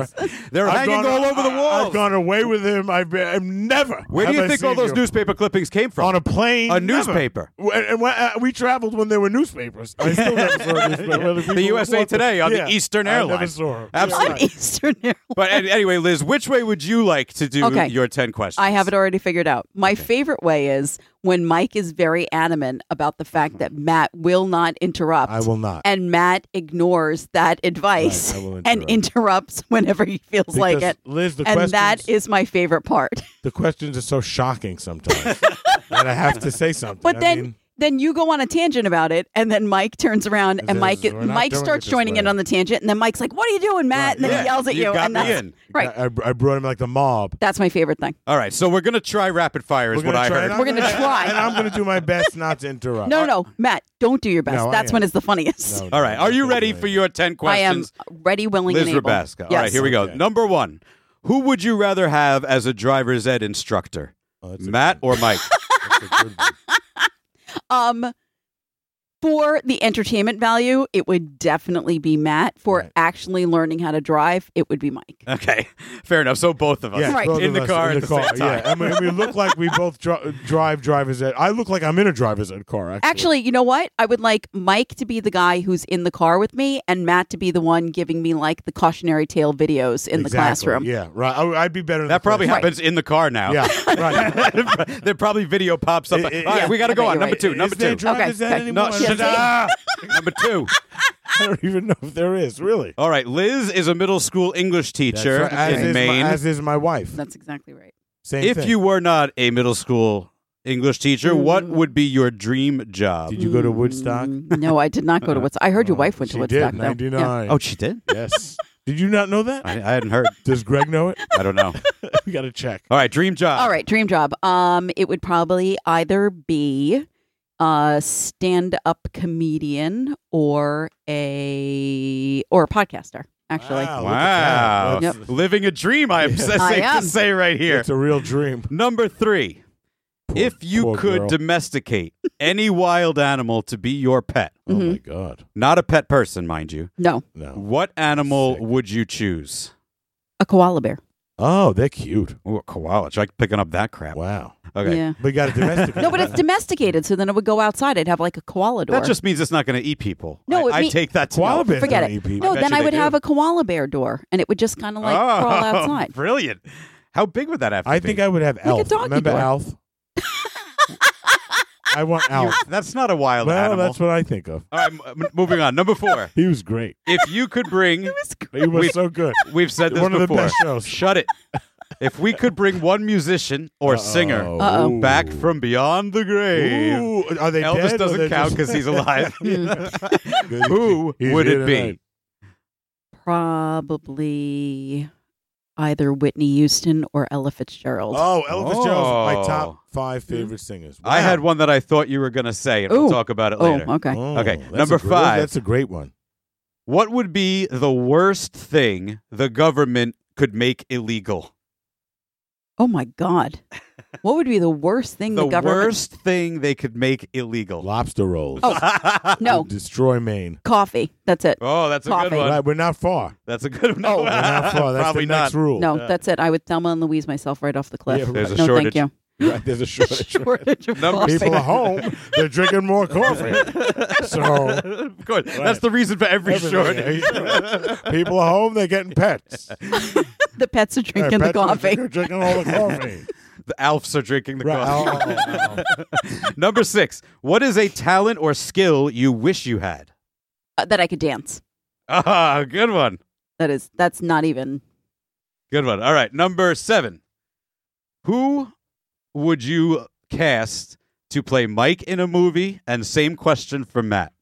S4: newspaper.
S3: They're
S4: I've
S3: hanging
S4: gone-
S3: all over the walls.
S4: I've gone away with him. I've, been, I've never.
S3: Where do
S4: have
S3: you
S4: I
S3: think all
S4: seen
S3: those
S4: you.
S3: newspaper clippings came from?
S4: on a plane,
S3: A
S4: never.
S3: newspaper.
S4: W- And, and when, uh, we traveled when there were newspapers. I still never saw a newspaper. Other people
S3: the USA Today on
S4: Yeah,
S3: the Eastern
S4: I never
S3: Airlines.
S4: saw her.
S3: Absolutely.
S1: on Eastern Airlines.
S3: But an- anyway, Liz, which way would you like to do
S1: Okay.
S3: your 10 questions?
S1: I have it already figured out. My favorite way is when Mike is very adamant about the fact that Matt will not interrupt.
S4: Mm-hmm. I will not.
S1: And Matt ignores that advice
S4: Right, I will
S1: and
S4: interrupt.
S1: interrupts whenever he feels like
S4: Because,
S1: it.
S4: Liz, the
S1: and that
S4: questions-
S1: is my favorite part.
S4: The questions are so shocking sometimes that I have to say something.
S1: But
S4: I
S1: then
S4: mean,
S1: then you go on a tangent about it, and then Mike turns around and
S4: Says,
S1: Mike
S4: "We're not
S1: Mike
S4: doing it
S1: starts
S4: this
S1: joining
S4: way."
S1: in on the tangent, and then Mike's like, "What are you doing, Matt?" And then
S3: Yeah,
S1: he yells at
S3: you
S1: you,
S3: got
S1: and
S3: me
S1: that's
S3: in.
S1: right.
S4: I, I- I brought him like the mob.
S1: that's my favorite thing.
S3: All right, so we're going to try rapid fire, is
S4: We're
S3: what
S4: gonna
S3: I
S4: try it
S3: heard.
S4: out.
S1: We're gonna try.
S4: and I'm going to do my best not to interrupt.
S1: No, no, no, Matt, don't do your best.
S4: uh, No, I
S1: that's when
S4: am.
S1: it's the funniest.
S4: No, no,
S3: All right,
S4: no,
S3: are you
S4: no,
S3: ready
S4: no,
S3: for
S4: no.
S3: your
S1: I
S3: 10
S1: am
S3: questions?
S1: ready, willing,
S3: Liz
S1: and able.
S3: Rabaska. All
S1: Yes.
S3: right, here we go.
S4: Okay.
S3: Number one Who would you rather have as a driver's ed instructor?
S4: Oh, that's a
S3: Matt
S4: good-
S3: or Mike?
S4: that's a good one.
S1: Um, for the entertainment value, it would definitely be Matt. For
S4: Right.
S1: actually learning how to drive, it would be Mike.
S3: okay, fair enough. So both of us.
S4: Yeah,
S1: Right.
S4: both
S3: In
S4: of
S3: the
S4: us
S3: car at the same time.
S4: Yeah, I mean, we look like we both dri- drive drivers ed. I look like I'm in a driver's ed car. Actually,
S1: Actually, you know what? I would like Mike to be the guy who's in the car with me, and Matt to be the one giving me like the cautionary tale videos in the
S4: Exactly.
S1: classroom.
S4: Yeah, right. I, would be better. in
S3: That
S4: the class.
S3: probably happens in the car now.
S4: Yeah, right.
S3: there probably video pops up.
S4: It- it-
S3: All right,
S4: yeah,
S3: we got to
S1: I
S3: go
S1: bet
S3: on.
S1: you're
S3: Number
S1: right.
S3: two.
S4: Is
S3: Number
S4: there
S3: two.
S4: driver's
S1: Okay,
S4: ed
S1: okay.
S4: anymore?
S3: No,
S4: I don't-
S3: shut up. Number two.
S4: I don't even know if there is really.
S3: All right, Liz is a middle school English teacher
S4: That's right. as,
S3: in
S4: is
S3: Maine.
S4: My, as is my wife.
S1: That's exactly right.
S4: Same
S3: if
S4: thing. Mm.
S3: you were not a middle school English teacher, what would be your dream job?
S4: did, you go to Woodstock? Uh-huh.
S1: Mm, No, I did not go to Woodstock. I heard your wife went
S4: she
S1: to Woodstock.
S4: did.
S1: though.
S4: Ninety
S1: Yeah.
S4: nine.
S3: Oh, she did.
S4: yes. Did you not know that?
S3: I, I hadn't heard.
S4: Does Greg know it?
S3: I don't know.
S4: we got to check.
S3: All right, dream job.
S1: All right, dream job. Um, it would probably either be a stand-up comedian or a or a podcaster. Actually,
S4: Wow. Oh, look
S3: Wow.
S4: at that.
S1: Yep.
S3: Living a dream, I'm safe
S1: I
S3: to
S1: am.
S3: say right here.
S4: It's a real dream.
S3: Number three.
S4: Poor-
S3: If you
S4: poor
S3: could
S4: girl. Oh,
S3: domesticate any wild animal to be your pet,
S4: oh
S1: Mhm.
S4: my god,
S3: not a pet person, mind you,
S1: no,
S4: no.
S3: what animal
S4: Oh. Sick.
S3: would you choose?
S1: a koala bear.
S4: Oh, they're cute.
S3: Ooh, a koala. It's like picking up that crap.
S4: Wow.
S3: Okay.
S1: Yeah.
S4: But you got to domesticate.
S1: No, but it's
S4: them.
S1: domesticated, so then it would go outside. I'd have like a koala door.
S3: That just means it's not going to eat people.
S1: No,
S3: I,
S1: it
S3: I
S1: mean-
S3: take that to
S4: koala
S3: no.
S4: bears
S1: Forget
S4: don't
S1: it.
S4: eat people.
S1: no,
S3: I bet
S1: then
S3: you
S1: I
S3: they
S1: would
S3: do.
S1: have a koala bear door, and it would just kind of like
S3: oh,
S1: crawl outside.
S3: Brilliant. How big would that have to
S4: I
S3: be?
S4: think I would have Alf.
S1: doggy
S4: Remember
S1: door.
S4: Alf? I want Alf.
S3: That's not a wild
S4: well,
S3: animal.
S4: that's what I think of.
S3: All right, m- m- moving on. Number four.
S4: He was great.
S3: If you could bring,
S4: He was
S3: We-
S4: so good.
S3: we've said this
S4: One of the
S3: before.
S4: best shows.
S3: Shut it. If we could bring one musician or singer
S1: Uh-oh.
S3: back from beyond the grave,
S4: Ooh, are they
S3: Elvis
S4: dead or
S3: doesn't
S4: they're
S3: count
S4: just-
S3: because he's alive.
S4: Good.
S3: Who
S4: He's
S3: would
S4: here
S3: it be?
S4: tonight.
S1: Probably either Whitney Houston or Ella Fitzgerald.
S4: Oh, Elvis Jones, my
S3: Oh.
S4: top five favorite singers.
S3: I had
S4: Wow.
S3: one that I thought you were going to say, and we'll
S1: Ooh.
S3: talk about it
S1: Oh,
S3: later.
S1: okay.
S4: Oh,
S3: Okay,
S4: that's
S3: number
S4: a great-
S3: five.
S4: That's a great one.
S3: What would be the worst thing the government could make illegal?
S1: Oh my God. What would be the worst thing the,
S3: The
S1: government?
S3: worst thing they could make illegal.
S4: Lobster rolls.
S1: Oh. No,
S4: Destroy Maine.
S1: coffee. That's it.
S3: Oh, that's a good
S1: Coffee.
S3: one.
S4: Right, we're not far.
S3: That's a good one.
S1: Oh.
S4: We're not far. That's
S3: Probably
S4: the next
S3: not.
S4: rule.
S1: No, that's it. I would Thelma and Louise myself right off the cliff.
S4: Yeah, There's
S3: a
S1: no,
S3: shortage.
S1: thank
S4: Right, there's a
S1: you.
S4: shortage.
S1: shortage of
S3: Number-
S1: coffee.
S4: People at home, they're drinking more coffee. So
S3: of course, that's the reason for every shortage.
S4: Everything. people at home, they're getting pets.
S1: the pets are
S4: Their
S1: drinking the
S4: pets are
S1: coffee.
S4: Drinking, drinking all the coffee.
S3: the Alfs are drinking the
S4: Right.
S3: coffee.
S4: Oh, oh, oh.
S3: Number six. What is a talent or skill you wish you had?
S1: Uh, that I could dance.
S3: Ah, good one.
S1: That is. That's not even.
S3: Good one. All right. Number seven. Who would you cast to play Mike in a movie? And same question for Matt.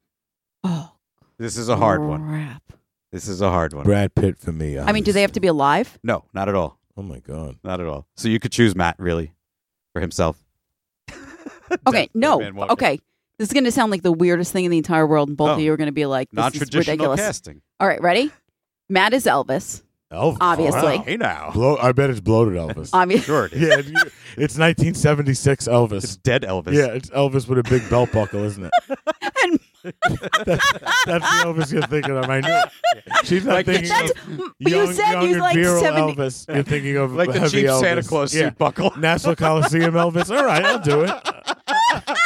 S1: Oh,
S3: This is a hard one.
S1: Crap.
S3: This is a hard one.
S4: Brad Pitt for me.
S1: I mean, do they have to be alive?
S3: No, not at all.
S4: Oh my god.
S3: Not at all. So you could choose Matt, really, for himself.
S1: Okay,
S3: Dead
S1: no.
S3: Man Walker.
S1: Okay, this is going to sound like the weirdest thing in the entire world, and both
S3: Oh.
S1: of you are going to be like, "This
S3: Non
S1: is
S3: traditional
S1: ridiculous."
S3: casting.
S1: All right, ready? Matt is Elvis.
S4: Elvis.
S1: Obviously.
S4: Wow.
S3: Hey, now.
S4: Blow, I bet it's bloated Elvis.
S1: Obviously,
S3: Sure. it is.
S4: yeah, you- it's 1976
S3: It's
S4: Elvis.
S3: dead Elvis.
S4: Yeah, it's Elvis with a big belt buckle, isn't it?
S1: and
S4: That's the Elvis you're thinking of. I knew. it. She's not
S3: Like the
S4: thinking
S1: that's,
S4: of
S1: but
S4: young,
S1: you said
S4: young
S1: you
S4: and
S1: like
S4: virile
S1: seventy.
S4: Elvis. You're thinking of
S3: Like the
S4: heavy
S3: cheap
S4: Elvis.
S3: Santa Claus
S4: yeah.
S3: suit buckle.
S4: Nassau Coliseum Elvis. All right, I'll do it. I'll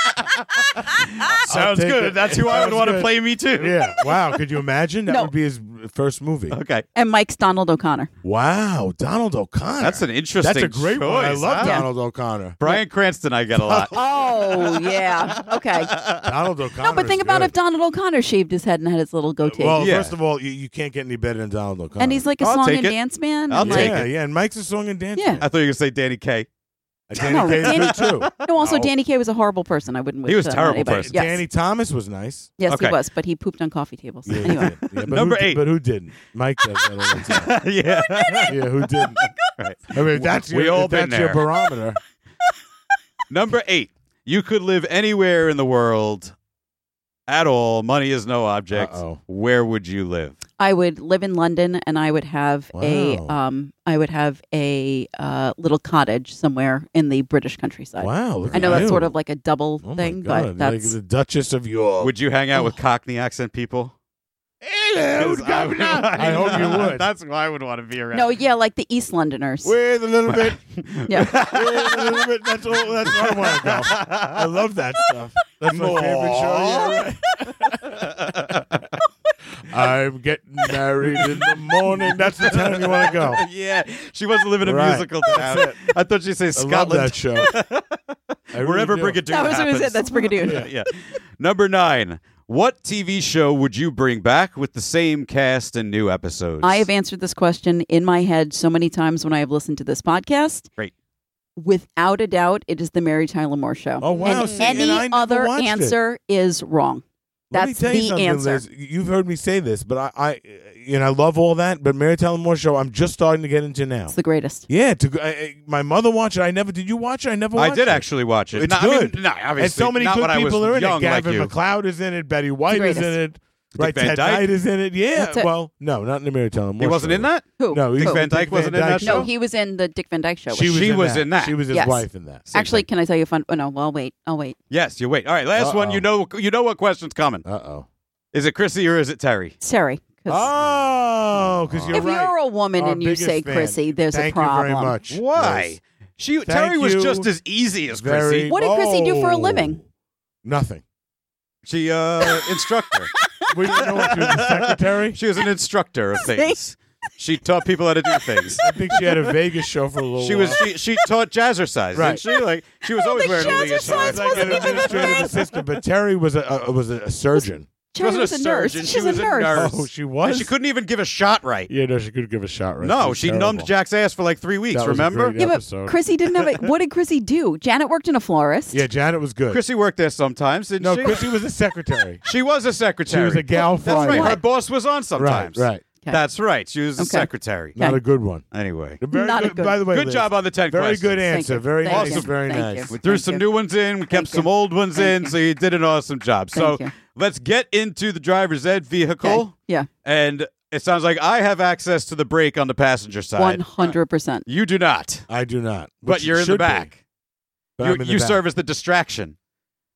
S3: Sounds
S4: take
S3: good.
S4: it.
S3: That's who I would
S4: Sounds
S3: want to
S4: good.
S3: play me too.
S4: Yeah. Wow. Could you imagine? That
S1: No.
S4: would be his first movie.
S3: Okay.
S1: And Mike's Donald O'Connor.
S4: Wow. Donald O'Connor.
S3: That's an interesting
S4: That's a great
S3: choice.
S4: one. I love
S3: huh?
S1: Yeah.
S4: Donald O'Connor.
S3: Brian Cranston I get a lot.
S1: Oh yeah. Okay.
S4: Donald O'Connor.
S1: No, but think
S4: is
S1: about
S4: good.
S1: if Donald O'Connor shaved his head and had his little goatee.
S4: Well,
S3: Yeah.
S4: first of all, you, you can't get any better than Donald O'Connor.
S1: and he's like a
S3: I'll
S1: song
S3: take
S1: and
S3: it.
S1: dance man.
S3: I'll
S1: and, like,
S3: take
S4: yeah,
S3: it.
S4: yeah, and Mike's a song and dance.
S1: Yeah.
S3: I thought you were going to say Danny Kaye.
S4: man. Danny
S1: No,
S4: Kaye's
S1: Danny-
S4: good too.
S1: No, also
S4: No.
S1: Danny Kaye was a horrible person. I wouldn't.
S3: He
S1: wish
S3: was
S1: that on
S3: terrible
S1: anybody.
S3: person.
S1: Yes,
S4: Danny Thomas was nice.
S1: yes,
S3: Okay.
S1: he was, but he pooped on coffee tables.
S4: Yeah, he
S1: Anyway,
S4: did. Yeah, but
S3: Number
S4: who, di-
S3: eight.
S4: But who didn't? Mike does that all the time.
S3: yeah.
S4: yeah, who didn't?
S3: Right.
S4: I mean, if that's
S3: We
S4: your,
S3: all
S4: if
S3: been
S4: that's your
S3: there.
S4: barometer.
S3: Number eight. You could live anywhere in the world at all. Money is no object.
S4: Uh-oh.
S3: Where would you live?
S1: I would live in London, and I would have a
S4: Wow.
S1: um, I would have a uh, little cottage somewhere in the British countryside.
S4: Wow, look
S1: I know
S4: at
S1: that's
S4: you.
S1: sort of like a double
S4: Oh my
S1: thing,
S4: God,
S1: but that's
S4: like the Duchess of York.
S3: Would you hang out with Cockney accent people? 'Cause
S4: Hello,
S3: I would-
S4: governor. I hope you would.
S3: That's who I would want to be around.
S1: no, yeah, like the East Londoners.
S4: With a little bit.
S1: yeah,
S4: With a little bit. That's all. That's all I want to go. I love that stuff. That's my favorite show. Yeah, right. I'm getting married in the morning. That's the time you want to go.
S3: yeah, she wasn't living in a
S4: Right.
S3: musical town. I thought she'd say
S4: I love
S3: Scotland.
S4: that show. I really
S3: Wherever
S4: do.
S3: Brigadoon
S1: that was what I
S3: happens.
S1: said. That's Brigadoon.
S3: yeah. Number nine. What TV show would you bring back with the same cast and new episodes?
S1: I have answered this question in my head so many times when I have listened to this podcast.
S3: Great.
S1: Without a doubt, it is the Mary Tyler Moore Show.
S4: Oh, wow.
S1: And
S4: See,
S1: any
S4: and I never
S1: other
S4: watched it.
S1: answer is wrong.
S4: Let
S1: That's
S4: me tell you
S1: the
S4: something,
S1: answer.
S4: Liz. You've heard me say this, but I, I, you know, I love all that. But Mary Tyler Moore show, I'm just starting to get into now.
S1: It's the greatest.
S4: yeah, to I, I, my mother watched it. I never did. You watch it? I never.
S3: I
S4: Watched
S3: did
S4: it.
S3: actually watch it.
S4: It's
S3: No,
S4: good.
S3: I mean, no, obviously,
S4: and so many
S3: not
S4: good
S3: when I was
S4: people are in it.
S3: young like
S4: Gavin
S3: you.
S4: McLeod is in it. Betty White is in
S1: greatest.
S4: it. Right,
S3: Van
S4: Ted
S3: Dyke?
S4: Knight is in it. Yeah.
S1: That's it.
S4: Well, no, not in the Mary Tyler Moore.
S3: He wasn't
S4: show.
S3: in that.
S1: Who?
S4: No, he
S3: Dick
S4: was-
S3: Van Dyke wasn't in that
S4: Dyke
S3: show?
S1: No, he was in the Dick Van Dyke show.
S4: She was,
S3: She
S4: in,
S3: was
S4: that.
S3: in that.
S4: She was his
S1: Yes.
S4: wife in that.
S1: Actually, can I tell you a fun? Oh, no, well, wait. I'll wait.
S3: Yes, you wait. All right, last one.
S4: Uh-oh.
S3: You know, you know what question's coming.
S4: Uh oh.
S3: Is it Chrissy or is it Terry?
S1: Sorry. 'cause
S4: Oh, because Ah, you're
S1: if
S4: right.
S1: you're a woman
S4: Our
S1: and you
S4: biggest
S1: say
S4: fan.
S1: Chrissy, there's
S4: Thank
S1: a problem.
S4: You very much. Liz.
S3: Why? She Terry was
S4: you
S3: just as easy as
S4: Very- Oh.
S3: Chrissy.
S1: What did Chrissy do for a living?
S4: Nothing.
S3: She uh instructor.
S4: We didn't know what she was the secretary.
S3: She was an instructor of things. She taught people how to do things.
S4: I think she had a Vegas show for a little.
S3: She was
S4: while.
S3: she, she taught jazzercise,
S4: Right.
S3: didn't she? Like she was always
S1: think
S3: wearing a
S1: jazzercise
S3: leotard.
S1: was
S4: like an administrative assistant, but Terry was a, a was a surgeon.
S1: She was,
S3: wasn't a
S1: a nurse.
S3: surgeon,
S1: She's
S3: she was a
S1: a nurse.
S3: nurse.
S4: Oh, she
S3: And
S4: was.
S3: she couldn't even give a shot right.
S4: Yeah, no, she could give a shot. Right.
S3: No,
S4: That's
S3: she
S4: terrible.
S3: numbed Jack's ass for like three weeks.
S4: That was a
S3: remember?
S4: great
S1: Yeah,
S4: episode.
S1: but Chrissy didn't have it. What did Chrissy do? Janet worked in a florist.
S4: Yeah, Janet was good.
S3: Chrissy worked there sometimes, didn't
S4: no,
S3: she?
S4: Chrissy was a secretary.
S3: She was a secretary.
S4: She was a gal
S3: That's right.
S4: flyer.
S3: Her boss was on
S4: right,
S3: sometimes.
S4: right.
S1: Okay.
S3: That's right. She was a
S1: Okay.
S3: secretary.
S4: Not
S1: Okay.
S4: a good one.
S3: Anyway,
S4: A Very
S1: Not a
S4: good,
S1: good
S4: By the way,
S3: good
S4: Liz,
S3: job on the ten
S4: Very
S3: questions.
S4: good
S1: Thank
S4: answer.
S1: you.
S4: Very
S1: Thank
S4: nice.
S1: you.
S4: Very
S1: Thank
S4: nice.
S1: you.
S3: We threw
S1: Thank
S3: some
S1: you.
S3: new ones in. We kept
S1: Thank
S3: some
S1: you.
S3: old ones
S1: Thank
S3: in,
S1: you.
S3: so you did an awesome job. So
S1: Thank you.
S3: let's get into the driver's ed vehicle,
S1: Okay. Yeah.
S3: and it sounds like I have access to the brake on the passenger side.
S1: One hundred percent.
S3: You do not,
S4: I do not.
S3: but
S4: which
S3: you're in
S4: should
S3: the
S4: be,
S3: back.
S4: but
S3: you
S4: I'm in the
S3: you
S4: back.
S3: serve as the distraction.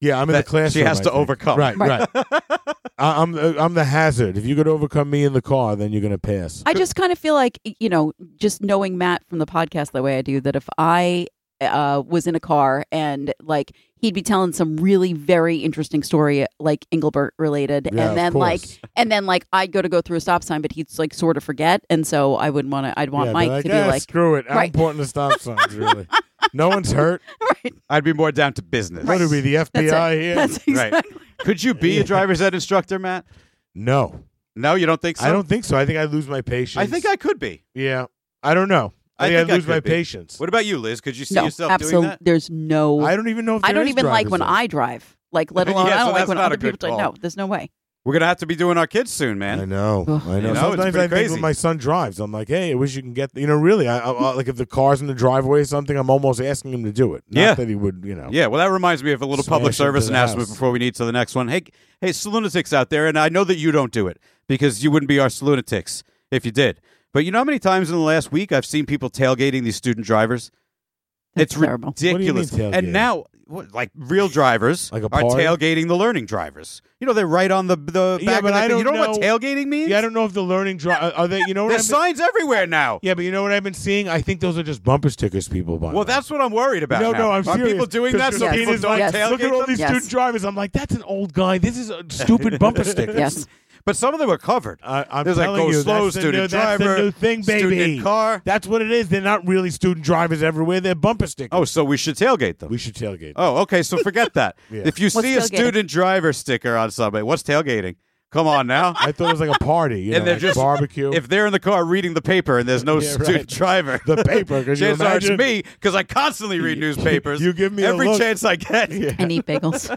S4: Yeah, I'm in the
S3: that
S4: classroom.
S3: she has
S4: I
S3: to
S4: think.
S3: overcome.
S4: Right, right. I, I'm uh, I'm the hazard. If you could overcome me in the car, then you're gonna pass.
S1: I just kind of feel like you know, just knowing Matt from the podcast the way I do, that if I uh, was in a car and like he'd be telling some really very interesting story, like Engelbert related,
S4: Yeah, of
S1: and then like
S4: course.
S1: and then like I'd go to go through a stop sign, but he'd like sort of forget, and so I would want to. I'd want
S4: yeah,
S1: Mike
S4: like,
S1: to
S4: "Ah,
S1: be like,
S4: screw it. I'm
S1: Right.
S4: important to stop signs. Really, no one's hurt.
S1: right,
S3: I'd be more down to business.
S4: What are we, the
S1: that's
S4: FBI
S1: it.
S4: here?
S1: That's exactly.
S3: Could you be a driver's ed instructor, Matt?
S4: no,
S3: No, you don't think so.
S4: I don't think so. I think I lose my patience.
S3: I think I could be.
S4: Yeah, I don't know. I,
S3: I
S4: think,
S3: think
S4: I
S3: I
S4: lose
S3: could
S4: my
S3: be.
S4: patience.
S3: What about you, Liz? Could you see
S1: No,
S3: yourself doing
S1: absolutely.
S3: that?
S1: There's no.
S4: I don't even know. if
S1: I
S4: there
S1: don't
S4: is
S1: even like
S4: drivers
S1: when
S4: there.
S1: I drive. Like, let
S3: Yeah,
S1: alone
S3: so
S1: I don't like
S3: that's
S1: when
S3: not
S1: other
S3: a good
S1: people. drive.
S3: call.
S1: No, there's no way.
S3: We're gonna have to be doing our kids soon, man.
S4: I know.
S1: Ugh.
S4: I
S3: You know,
S4: know.
S3: it's
S4: Sometimes
S3: pretty
S4: I think
S3: crazy.
S4: when my son drives, I'm like, "Hey, I wish you can get." You know, really, I, I, I like if the car's in the driveway or something, I'm almost asking him to do it. Not
S3: Yeah.
S4: that he would, you know.
S3: Oh. Yeah, well, that reminds me of a little public
S4: Smash into
S3: service
S4: the
S3: announcement
S4: house.
S3: before we need to the next one. Hey, hey, salunatics out there, and I know that you don't do it because you wouldn't be our salunatics if you did. But you know how many times in the last week I've seen people tailgating these student drivers?
S1: That's
S3: it's
S1: terrible.
S4: do you mean
S3: ridiculous.
S4: tailgating?
S3: and now what, like real drivers
S4: Like a
S3: are
S4: party?
S3: tailgating the learning drivers. You know, they're right on the the back
S4: Yeah,
S3: of
S4: but
S3: the
S4: I
S3: thing. you
S4: don't
S3: know, what
S4: know-
S3: tailgating means?
S4: Yeah, I don't know if the learning dri Are are they? You know what?
S3: There's
S4: I've been-
S3: signs everywhere now.
S4: yeah, but you know what I've been seeing? I think those are just bumper stickers people buy.
S3: Well, that's what I'm worried about.
S4: no,
S3: now.
S4: no, I'm
S3: Are
S4: serious.
S3: people doing
S4: 'Cause
S3: that so
S1: Yes.
S4: Christine
S3: people
S4: is
S3: don't
S1: Yes.
S3: tailgate
S4: Look at all
S3: them?
S4: these
S1: Yes.
S4: student drivers. I'm like, that's an old guy. This is a stupid bumper sticker.
S1: Yes.
S3: But some of them are covered.
S4: I, I'm
S3: There's like
S4: telling
S3: go
S4: you,
S3: slow,
S4: that's the
S3: student
S4: new, that's the
S3: driver,
S4: new thing,
S3: student
S4: baby.
S3: car.
S4: That's what it is. They're not really student drivers everywhere. They're bumper stickers.
S3: oh, so we should tailgate them.
S4: we should tailgate.
S3: Oh, okay. So forget that.
S4: Yeah.
S3: If you see a
S1: tailgating?
S3: student driver sticker on somebody, what's tailgating? Come on now.
S4: I thought it was like a party. You
S3: And
S4: know,
S3: they're
S4: like
S3: just-
S4: barbecue.
S3: if they're in the car reading the paper and there's no
S4: Yeah, right.
S3: student driver,
S4: The paper, 'cause you
S3: chances are it's
S4: imagine-
S3: me because I constantly read newspapers.
S4: you give me a
S3: every
S4: look.
S3: chance I get
S1: and eat bagels.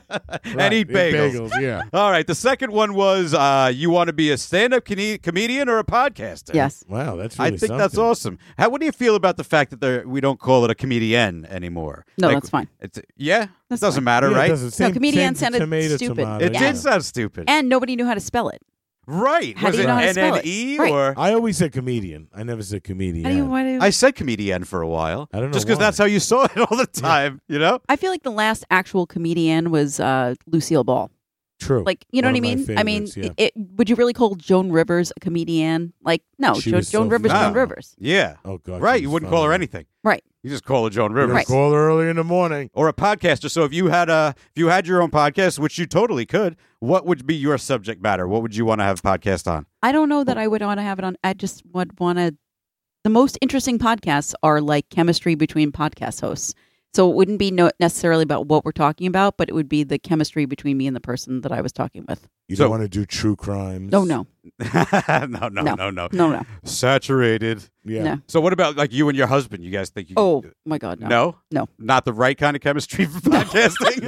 S3: and eat bagels.
S4: Yeah.
S3: All right. The second one was uh, you want to be a stand-up com- comedian or a podcaster.
S1: yes.
S4: Wow, that's
S3: I
S4: really
S3: think that's
S4: something.
S3: awesome. How what do you feel about the fact that there, we don't call it a comedian anymore?
S1: No, that's fine.
S3: It's, yeah,
S1: That's
S3: it doesn't
S1: fine.
S3: matter,
S4: Yeah,
S3: right?
S4: It doesn't seem-
S1: comedian
S4: seems
S1: sounded
S4: tomato,
S1: stupid.
S4: tomato,
S3: It
S1: Yeah.
S3: did sound stupid,
S1: And nobody knew how to spell it.
S3: right?
S1: How
S3: was
S1: do you
S3: it
S1: know how to spell it?
S3: NNE
S1: Right.
S3: or
S4: I always said comedian. I never said comedian.
S1: How do you, why do you,
S3: I
S1: I,
S3: said comedian for a while.
S4: I don't know
S3: Just because
S4: why.
S3: that's how you saw it all the time, you know?
S1: feel like the last actual comedian was uh, Lucille Ball.
S4: True.
S1: Like, you know
S4: One
S1: what I
S4: of my
S1: mean? I mean,
S4: favorites, yeah.
S1: it, would you really call Joan Rivers a comedian? Like, no, jo-
S4: She
S1: Joan
S4: was so
S1: Rivers, Joan
S3: phenomenal.
S1: Rivers.
S3: Yeah.
S4: oh god,
S3: right.
S4: she
S3: You
S4: was
S3: wouldn't call her
S4: funny.
S3: anything.
S1: Right.
S3: You just call her Joan
S4: You
S3: Rivers.
S1: Right.
S4: Call her early in the morning.
S3: Or a podcaster. So if you had a if you had your own podcast, which you totally could, what would be your subject matter? What would you want to have a podcast on?
S1: I don't know that I would want to have it on. I just would want to. The most interesting podcasts are like chemistry between podcast hosts. So it wouldn't be no, necessarily about what we're talking about, but it would be the chemistry between me and the person that I was talking with.
S4: You
S3: So-
S4: don't want to do true crimes.
S1: Oh, No, no,
S3: no, no,
S1: No.
S3: no, no.
S1: no, no.
S3: Saturated.
S4: Yeah.
S1: No.
S3: So what about like you and your husband? You guys think you
S1: Oh my God, no.
S3: No?
S1: No.
S3: Not the right kind of chemistry for podcasting?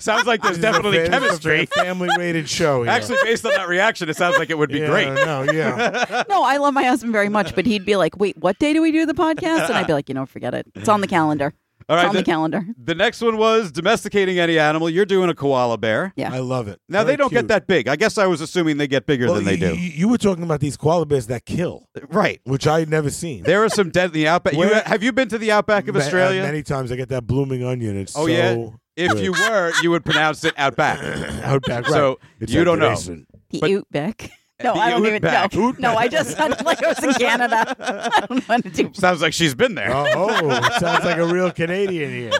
S3: sounds like
S4: This
S3: there's
S4: is a
S3: definitely
S4: fa- this is a
S3: chemistry.
S4: fa- family-rated show. Here.
S3: Actually, based on that reaction, it sounds like it would be
S4: yeah,
S3: great.
S4: No, yeah.
S1: No, I love my husband very much, but he'd be like, "Wait, what day do we do the podcast?" And I'd be like, "You know, forget it. It's on the calendar.
S3: All
S1: it's
S3: right,
S1: on the
S3: then-
S1: calendar."
S3: The next one was domesticating any animal. You're doing a koala bear.
S1: Yeah.
S4: I love it.
S3: Now
S4: Very
S3: they don't
S4: cute.
S3: get that big. I guess I was assuming they get bigger
S4: Well,
S3: than they
S4: you,
S3: do.
S4: You, you were talking about these koala bears that kill,
S3: Right.
S4: which I had never seen.
S3: There are some dead in the outback. You,
S4: Where-
S3: have you been to the outback of
S4: Ma- uh,
S3: Australia?
S4: many times I get that blooming onion. It's
S3: oh
S4: so
S3: yeah. If you were, you would pronounce it outback.
S4: outback. Right.
S3: So,
S4: It's
S3: you don't know.
S4: adjacent.
S1: The
S3: But-
S1: Outback. No,
S3: The
S1: I don't even
S3: Outback.
S1: know. No, I just sounded like I was in Canada. I don't want to do.
S3: Sounds like she's been there.
S4: Oh, oh, it sounds like a real Canadian here.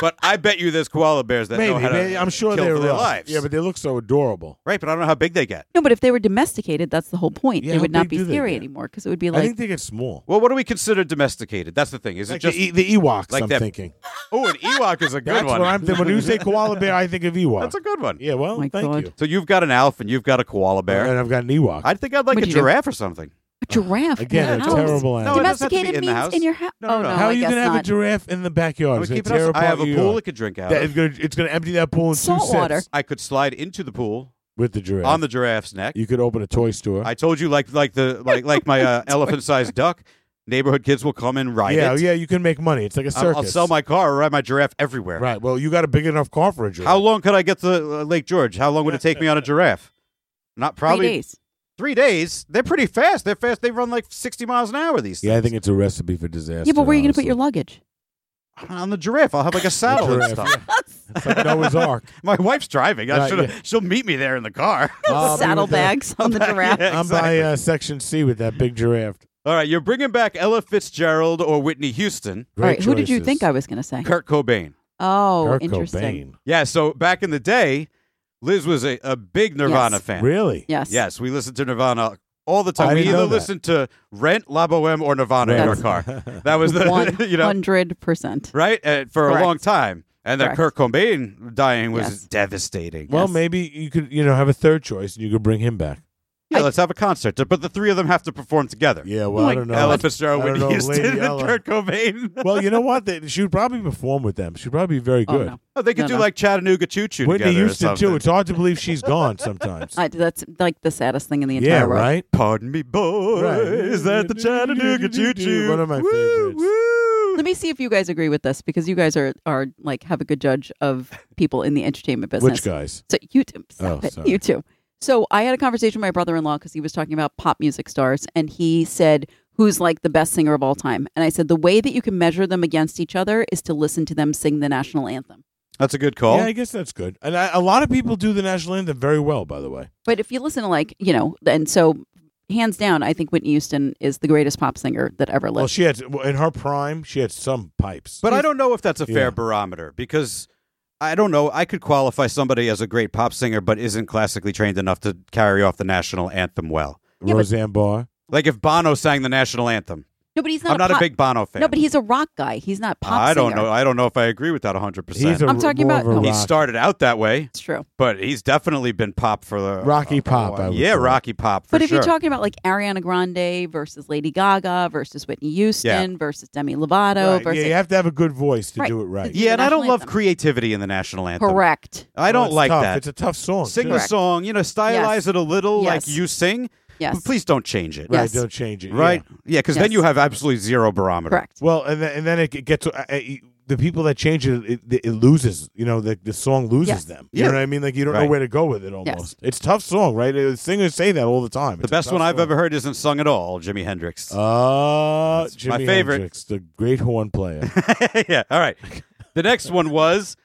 S3: But I bet you there's koala bears that know
S4: Maybe
S3: how to.
S4: they, I'm sure
S3: kill
S4: they're
S3: for their
S4: rough.
S3: lives.
S4: Yeah, but they look so adorable.
S3: right. But I don't know how big they get.
S1: No, but if they were domesticated, that's the whole point.
S4: Yeah,
S1: they
S4: how
S1: would not
S4: big
S1: be
S4: do they
S1: scary
S4: get?
S1: anymore because it would be
S4: I
S1: like
S4: think they get small.
S3: Well, what do we consider domesticated? That's the thing. Is
S4: Like
S3: it just?
S4: the, E- the Ewoks,
S3: like
S4: I'm
S3: that
S4: thinking.
S3: oh, an Ewok is a good
S4: That's
S3: one.
S4: what I'm thinking. When you say koala bear, I think of Ewoks.
S3: That's a good one.
S4: yeah, well,
S1: My
S4: thank
S1: God.
S4: you.
S3: So you've got an elf and you've got a koala bear.
S4: And I've got an Ewok.
S3: I think I'd like
S1: What'd
S3: a
S1: you do?
S3: giraffe or something.
S1: a giraffe. in
S4: Again, a
S1: the house.
S4: terrible
S3: No, it
S4: animal.
S3: doesn't have to be
S1: Domesticated
S3: in the
S1: means
S3: house.
S1: in your house.
S3: No, no,
S1: oh
S3: no.
S1: no,
S4: How
S1: I
S4: are you
S1: guess
S4: gonna have
S1: not.
S4: a giraffe in the backyard?
S3: We
S4: It's gonna
S3: keep it outside.
S4: tear
S3: I have
S4: apart
S3: a
S4: your
S3: pool
S4: yard.
S3: it could drink out of.
S4: That- it's, gonna, it's gonna empty that pool in
S1: Salt
S4: two
S1: water.
S4: sips
S3: I could slide into the pool
S4: with the giraffe.
S3: on the giraffe's neck.
S4: you could open a toy store.
S3: I told you, like like the like like my uh, elephant-sized duck. Neighborhood kids will come and ride
S4: yeah,
S3: it.
S4: yeah, you can make money. It's like a
S3: I'll,
S4: circus.
S3: I'll sell my car or ride my giraffe everywhere.
S4: Right. Well, you got a big enough car for a giraffe.
S3: How long could I get to uh, Lake George? How long would it take me on a giraffe? Not probably
S1: Three days.
S3: three days. They're pretty fast. They're fast. They run like sixty miles an hour. These
S4: Yeah, I
S3: things.
S4: think it's a recipe for disaster.
S1: Yeah, but where are you going to put
S4: honestly.
S1: your luggage?
S3: on the giraffe. I'll have like a saddle and
S4: giraffe,
S3: stuff.
S4: It's like Noah's Ark.
S3: My wife's driving. I
S4: Right,
S3: should
S4: yeah.
S3: She'll meet me there in the car.
S4: I'll be with the-
S1: Saddlebags on the giraffe.
S3: Yeah,
S4: I'm by uh, section C with that big giraffe.
S3: All right, you're bringing back Ella Fitzgerald or Whitney Houston,
S1: All right,
S4: Great
S1: who did you
S4: choices.
S1: think I was going to say?
S3: Kurt Cobain.
S1: Oh,
S4: Kurt
S1: interesting.
S4: Cobain.
S3: Yeah, so back in the day, Liz was a, a big Nirvana
S1: Yes.
S3: fan.
S4: Really?
S1: Yes.
S3: Yes, we listened to Nirvana all the time.
S4: I
S3: we
S4: didn't
S3: either
S4: know that.
S3: listened to Rent, La Boheme, or Nirvana in our
S1: That's-
S3: car. That was the
S1: One
S3: you know
S1: hundred percent.
S3: right uh, for
S1: Correct.
S3: a long time. And then Kurt
S1: Correct.
S3: Cobain dying was
S1: Yes.
S3: devastating.
S4: Well,
S1: Yes.
S4: maybe you could, you know, have a third choice and you could bring him back.
S3: yeah, let's have a concert, but the three of them have to perform together.
S4: Yeah, well,
S1: Oh my
S4: I don't know.
S3: Ella Fitzgerald,
S4: I don't
S3: Whitney
S4: know if Lady
S3: Houston, and
S4: Ella-
S3: Kurt Cobain.
S4: well, you know what? They, she would probably perform with them. She'd probably be very
S1: Oh
S4: good.
S1: no,
S3: Oh, they could
S1: No,
S3: do
S1: no.
S3: like Chattanooga Choo Choo
S4: Whitney
S3: together. or
S4: Houston, too.
S3: something.
S4: It's hard to believe she's gone sometimes.
S1: I, that's like the saddest thing in the entire
S4: yeah,
S1: world.
S4: right?
S3: Pardon me, boy.
S4: Right.
S3: Is that the Chattanooga Choo Choo?
S4: One of my
S3: woo,
S4: favorites.
S3: Woo.
S1: Let me see if you guys agree with this because you guys are are like have a good judge of people in the entertainment business.
S4: Which guys?
S1: So you too. Stop
S4: Oh,
S1: it.
S4: sorry.
S1: You too. So I had a conversation with my brother-in-law because he was talking about pop music stars, and he said, "Who's like the best singer of all time?" And I said, "The way that you can measure them against each other is to listen to them sing the national anthem."
S3: That's a good call.
S4: Yeah, I guess that's good. And I, a lot of people do the national anthem very well, by the way.
S1: But if you listen to like, you know, and so hands down, I think Whitney Houston is the greatest pop singer that ever lived.
S4: Well, she had well, in her prime, she had some pipes.
S3: But I don't know if that's a fair
S4: Yeah.
S3: barometer because I don't know. I could qualify somebody as a great pop singer, but isn't classically trained enough to carry off the national anthem well.
S1: Yeah, but-
S4: Roseanne Barr.
S3: Like if Bono sang the national anthem,
S1: no, but he's not.
S3: I'm not
S1: pop,
S3: a big Bono fan.
S1: No, but he's a rock guy. He's not pop.
S3: I don't
S1: singer.
S3: know. I don't know if I agree with that 100.
S4: He's a
S3: percent
S1: I'm talking
S4: more
S1: about-
S4: of a
S1: no.
S3: He
S4: rock-
S3: started out that way,
S1: It's true.
S3: but he's definitely been pop for the uh,
S4: Rocky pop, I would
S3: yeah,
S4: say.
S3: Rocky pop. For
S1: But if
S3: sure.
S1: you're talking about like Ariana Grande versus Lady Gaga versus Whitney Houston versus Demi Lovato
S4: Right,
S1: versus
S4: Yeah, you have to have a good voice to
S1: Right.
S4: do it right.
S1: Yeah,
S3: yeah, and I don't
S1: national
S3: love
S1: anthem.
S3: creativity in the national anthem.
S1: correct,
S3: I
S4: Well,
S3: don't
S4: it's
S3: like
S4: tough.
S3: that.
S4: It's a tough song.
S3: sing
S4: too.
S3: a song, you know, stylize it a little
S1: Yes.
S3: like you sing,
S1: yes,
S3: but please don't change it.
S4: Right,
S1: Yes.
S4: don't change it.
S3: right?
S4: yeah.
S3: Yeah, because then
S1: Yes.
S3: you have absolutely zero barometer.
S1: correct.
S4: Well, and then, and then it gets uh, uh, the people that change it, it, it loses. You know, the, the song loses
S1: Yes.
S4: them. You
S3: Yeah.
S4: know what I mean? Like you don't know
S3: Right.
S4: where to go with it. Almost, it's a tough song, right? Uh, Singers say that all the time.
S3: The best one I've ever heard isn't sung at all, Jimi Hendrix.
S4: Uh,
S3: That's
S4: Jimi
S3: my favorite.
S4: Hendrix, the great horn player.
S3: yeah, all right. The next one was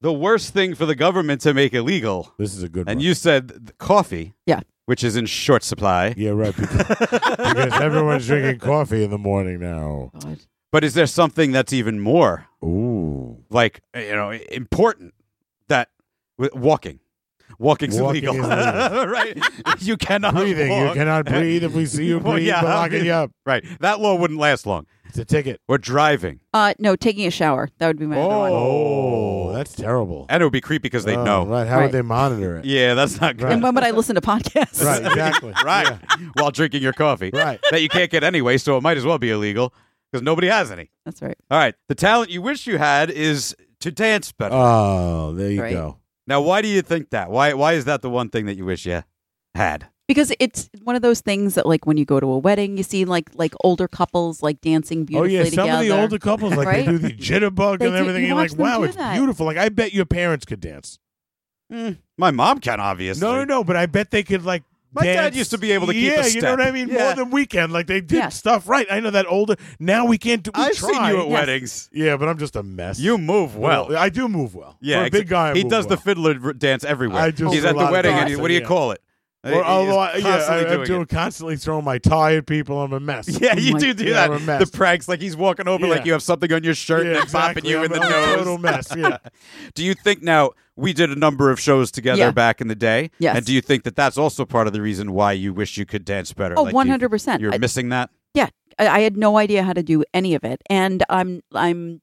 S3: the worst thing for the government to make illegal.
S4: this is a good
S3: And
S4: one.
S3: you said th- coffee.
S1: Yeah.
S3: Which is in short supply.
S4: yeah, right. Because, because everyone's drinking coffee in the morning now.
S1: Oh, God.
S3: But is there something that's even more
S4: Ooh,
S3: like, eh, you know, important that w- walking? Walking's
S4: Walking
S3: illegal.
S4: is illegal.
S3: right. You cannot
S4: breathing. You
S3: walk.
S4: cannot breathe if we see you
S3: Well,
S4: breathe.
S3: yeah,
S4: we're
S3: I
S4: locking
S3: mean-
S4: you up.
S3: Right. That law wouldn't last long.
S4: It's a ticket.
S3: Or driving.
S1: Uh, no, taking a shower that would be my other one.
S4: Oh, that's terrible.
S3: And it would be creepy because they'd
S4: Oh,
S3: know.
S4: Right? How
S1: Right.
S4: would they monitor it?
S3: Yeah, that's not good.
S1: And when would I listen to podcasts?
S4: Right. Exactly.
S3: right while drinking your coffee
S4: Right.
S3: that you can't get anyway so it might as well be illegal because nobody has any
S1: That's right.
S3: all right the talent you wish you had is to dance better
S4: Oh, there you
S1: Right.
S4: go.
S3: now why do you think that why why is that the one thing that you wish you had
S1: Because it's one of those things that, like, when you go to a wedding, you see like like older couples like dancing
S4: Oh
S1: beautifully
S4: yeah, some
S1: together.
S4: of the older couples like
S1: Right?
S4: they do the jitterbug
S1: They
S4: and
S1: do-
S4: everything.
S1: you
S4: You're
S1: watch
S4: like,
S1: them
S4: wow,
S1: do
S4: it's
S1: that.
S4: beautiful. Like I bet your parents could dance.
S3: my mom can obviously
S4: No, no, no. But I bet they could like.
S3: My dad
S4: dance-
S3: used to be able to keep a
S4: yeah, you know
S3: step.
S4: what I mean.
S3: Yeah.
S4: More than we can. Like they did
S1: Yeah.
S4: stuff right. I know that older. Now we can't do. We
S3: i've
S4: tried.
S3: seen you at
S1: Yes.
S3: weddings
S4: Yeah, but I'm just a mess.
S3: you move well
S4: I do move well.
S3: yeah
S4: For a
S3: ex-
S4: big guy. I
S3: he
S4: move
S3: does the
S4: well.
S3: fiddler r- dance everywhere
S4: I do
S3: he's
S4: a
S3: at the
S4: lot of
S3: wedding and he,
S4: dancing,
S3: what do you
S4: yeah.
S3: call it
S4: Or,
S3: Uh, he's
S4: although I, yeah,
S3: constantly
S4: I, am
S3: doing
S4: doing
S3: it.
S4: constantly throwing my tie at people. I'm a mess.
S3: yeah, you
S1: my
S3: do do
S4: God.
S3: that.
S4: I'm a
S3: The
S4: mess.
S3: pranks, like he's walking over,
S4: Yeah.
S3: like you have something on your shirt,
S4: Yeah,
S3: and then
S4: exactly.
S3: bopping you
S4: I'm
S3: in the
S4: a
S3: nose.
S4: Total mess. Yeah.
S3: Do you think now we did a number of shows together
S1: Yeah.
S3: back in the day?
S1: Yes.
S3: And do you think that that's also part of the reason why you wish you could dance better?
S1: Oh,
S3: Like, you-
S1: 100%.
S3: You're
S1: I-
S3: missing that?
S1: yeah I, I had no idea how to do any of it and i'm i'm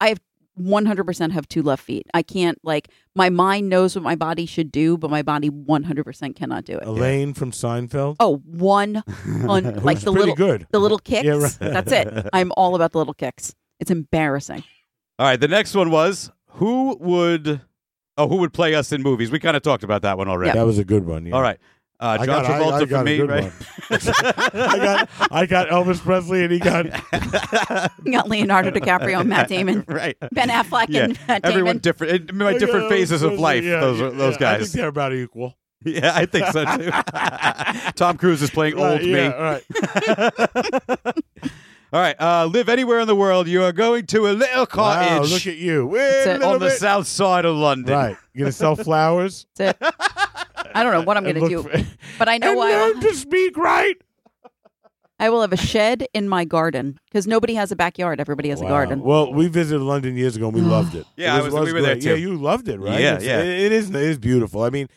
S1: i have 100% have two left feet i can't like my mind knows what my body should do but my body 100% cannot do it
S4: Elaine from Seinfeld.
S1: oh one on like the
S4: pretty
S1: little
S4: good.
S1: the little kicks
S4: Yeah, right.
S1: that's it i'm all about the little kicks it's embarrassing
S3: All right. The next one was who would, oh, who would play us in movies? We kind of talked about that one already.
S4: That was a good one. Yeah.
S3: All right. Uh, John
S4: I got- I-
S3: Travolta
S4: I
S3: for
S4: got a
S3: me,
S4: good
S3: right?
S4: one. I got I got Elvis Presley and he got
S1: you got leonardo dicaprio and matt damon
S3: right.
S1: ben affleck
S3: Yeah.
S1: and matt damon
S3: Everyone different, in my
S4: I
S3: different
S4: got Elvis
S3: phases of
S4: Presley,
S3: life.
S4: uh, yeah,
S3: those
S4: yeah,
S3: those
S4: yeah. I
S3: guys.
S4: think they're about equal.
S3: Yeah, I think so too. Tom Cruise is playing old
S4: Right,
S3: me.
S4: yeah, right.
S3: All right, uh, live anywhere in the world. You are going to a little
S4: Wow,
S3: cottage
S4: look at you. Wait
S1: a-
S4: a little
S3: on the
S4: bit.
S3: south side of London.
S4: Right. You gonna sell flowers?
S1: That's it. i don't know what i'm
S4: And
S1: going to do
S4: look for-
S1: but i know
S4: and
S1: why I'll-
S4: learn to speak right.
S1: I will have a shed in my garden because nobody has a backyard. Everybody has a
S4: Wow.
S1: garden.
S4: Well, we visited London years ago and we loved it.
S3: Yeah,
S4: it
S3: I was- we were there
S4: great.
S3: too.
S4: Yeah, you loved it, right?
S3: Yeah,
S4: It's-
S3: yeah.
S4: It, it is. It is beautiful. I mean,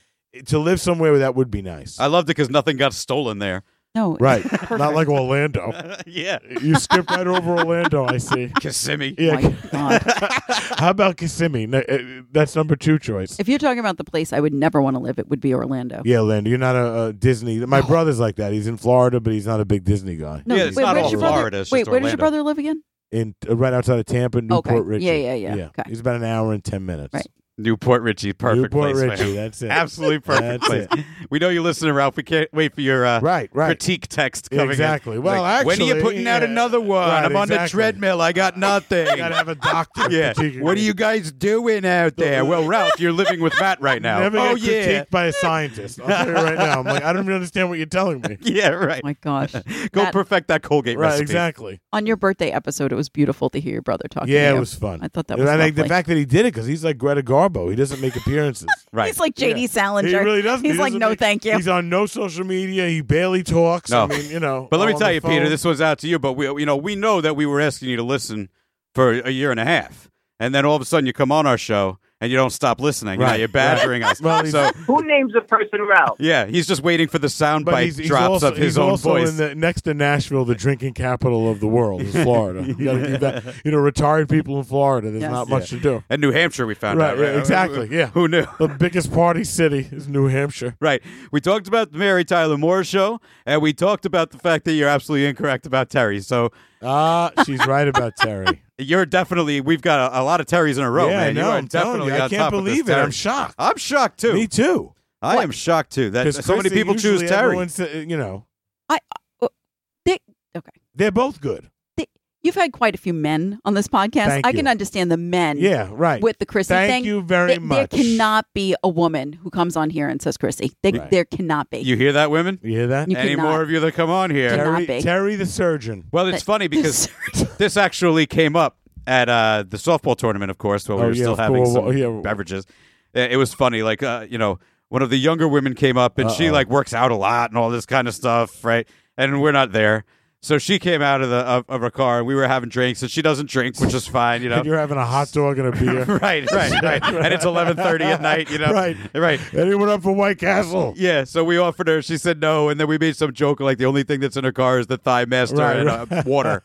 S4: to live somewhere where that would be nice.
S3: I loved it because nothing got stolen there.
S1: no, it's
S4: right.
S1: perfect.
S4: Not like Orlando.
S3: yeah,
S4: You skipped right over Orlando. I see.
S3: Kissimmee.
S1: My
S4: Yeah.
S1: God.
S4: How about Kissimmee? No, uh, That's number two choice.
S1: If you're talking about the place I would never want to live, it would be Orlando.
S4: Yeah, Linda, you're not a, a Disney. My brother's like that. He's in Florida, but he's not a big Disney guy.
S1: No,
S3: Yeah, it's
S1: wait,
S3: not
S1: where
S4: all
S1: does your brother,
S3: Florida, it's
S1: wait,
S3: just
S1: where does your brother
S3: Orlando.
S1: live again?
S4: In uh, right outside of Tampa, Newport
S1: Okay.
S4: Richie.
S1: Yeah, yeah, yeah. Okay.
S4: He's about an hour and ten minutes.
S1: Right.
S3: Newport Richie, perfect
S4: Newport
S3: place. man.
S4: Richie, that's it.
S3: Absolutely perfect
S4: That's
S3: place. We know you're listening, Ralph. We can't wait for your uh,
S4: Right, right.
S3: critique text coming in.
S4: Exactly. Well,
S3: Like, when are you
S4: actually,
S3: putting out
S4: yeah.
S3: another one?
S4: Right,
S3: I'm on the
S4: exactly.
S3: treadmill. I got nothing.
S4: gotta have a doctor.
S3: yeah.
S4: critiquing
S3: What are
S4: me.
S3: you guys doing out there? Well, Ralph, you're living with Matt right now.
S4: Never
S3: oh
S4: get
S3: yeah.
S4: critiqued by a scientist. I'll tell you right now. I'm like, I don't even understand what you're telling me.
S3: Yeah, right.
S1: Oh my gosh.
S3: Go
S1: Matt,
S3: perfect that Colgate
S4: Right,
S3: recipe.
S4: exactly.
S1: on your birthday episode, it was beautiful to hear your brother talking. to
S4: Yeah,
S1: you.
S4: it was fun.
S1: I thought that
S4: And
S1: was
S4: I like the
S1: lovely.
S4: fact that he did it because he's like Greta Garbo. He doesn't make appearances.
S3: Right.
S1: He's like JD Salinger.
S4: He really doesn't.
S1: He's
S4: He
S1: like,
S4: doesn't
S1: no,
S4: make-
S1: thank you.
S4: He's on no social media. He barely talks. I
S3: No.
S4: mean, you know.
S3: But let me
S4: all on
S3: tell
S4: the
S3: you, Peter,
S4: phone.
S3: this was out to you, but we, you know, we know that we were asking you to listen for a year and a half, and then all of a sudden you come on our show and you don't stop listening. You know,
S4: Right,
S3: you're badgering us.
S4: Well, he's-
S3: so
S2: Who names a person Ralph?
S3: yeah, he's just waiting for the sound
S4: But
S3: bite
S4: he's, he's
S3: drops
S4: also,
S3: of his
S4: he's
S3: own
S4: also
S3: voice.
S4: in the, next to Nashville, the drinking capital of the world is Florida. you got to keep that. You know, retired people in Florida. There's
S1: Yes.
S4: not much to do.
S3: and New Hampshire, we found
S4: Right,
S3: out.
S4: right, exactly, yeah.
S3: Who knew?
S4: The biggest party city is New Hampshire.
S3: Right. We talked about the Mary Tyler Moore show, and we talked about the fact that you're absolutely incorrect about Terry. So
S4: Ah, she's right about Terry.
S3: you're definitely, we've got a, a lot of Terrys in a row,
S4: yeah, I
S3: man.
S4: know.
S3: you are
S4: I'm telling
S3: definitely
S4: you, I
S3: on
S4: can't
S3: top of this
S4: believe it.
S3: Terry.
S4: I'm shocked.
S3: I'm shocked too.
S4: Me too.
S3: I am shocked too that
S4: Because
S3: so many people choose Terry.
S4: you know,
S1: uh, They- okay.
S4: they're both good.
S1: You've had quite a few men on this podcast.
S4: Thank
S1: I can
S4: you.
S1: understand the men
S4: Yeah, right.
S1: with the Chrissy
S4: Thank
S1: thing.
S4: you very
S1: Th-
S4: much.
S1: There cannot be a woman who comes on here and says Chrissy. They,
S4: Right.
S1: There cannot be.
S3: You hear that, women?
S4: You hear that?
S1: You
S3: Any
S1: cannot.
S3: more of you that come on here?
S1: Cannot
S4: Terry,
S1: be.
S4: Terry the surgeon.
S3: Well, it's
S1: But-
S3: funny because this actually came up at uh, the softball tournament, of course, where we
S4: Oh,
S3: were
S4: yeah,
S3: still
S4: of
S3: having
S4: course.
S3: some
S4: Yeah.
S3: beverages. Uh, It was funny, like uh, you know, one of the younger women came up and she
S4: Uh-oh.
S3: like works out a lot and all this kind of stuff, right? And we're not there. So she came out of the of, of her car and we were having drinks and she doesn't drink, which is fine, you know.
S4: And you're having a hot dog and a beer.
S3: right, right, right. and it's eleven thirty at night, you know.
S4: Right.
S3: Right.
S4: Anyone up for White Castle?
S3: Yeah, so we offered her. She said no, and then we made some joke like the only thing that's in her car is the thigh master
S4: Right,
S3: and uh, water,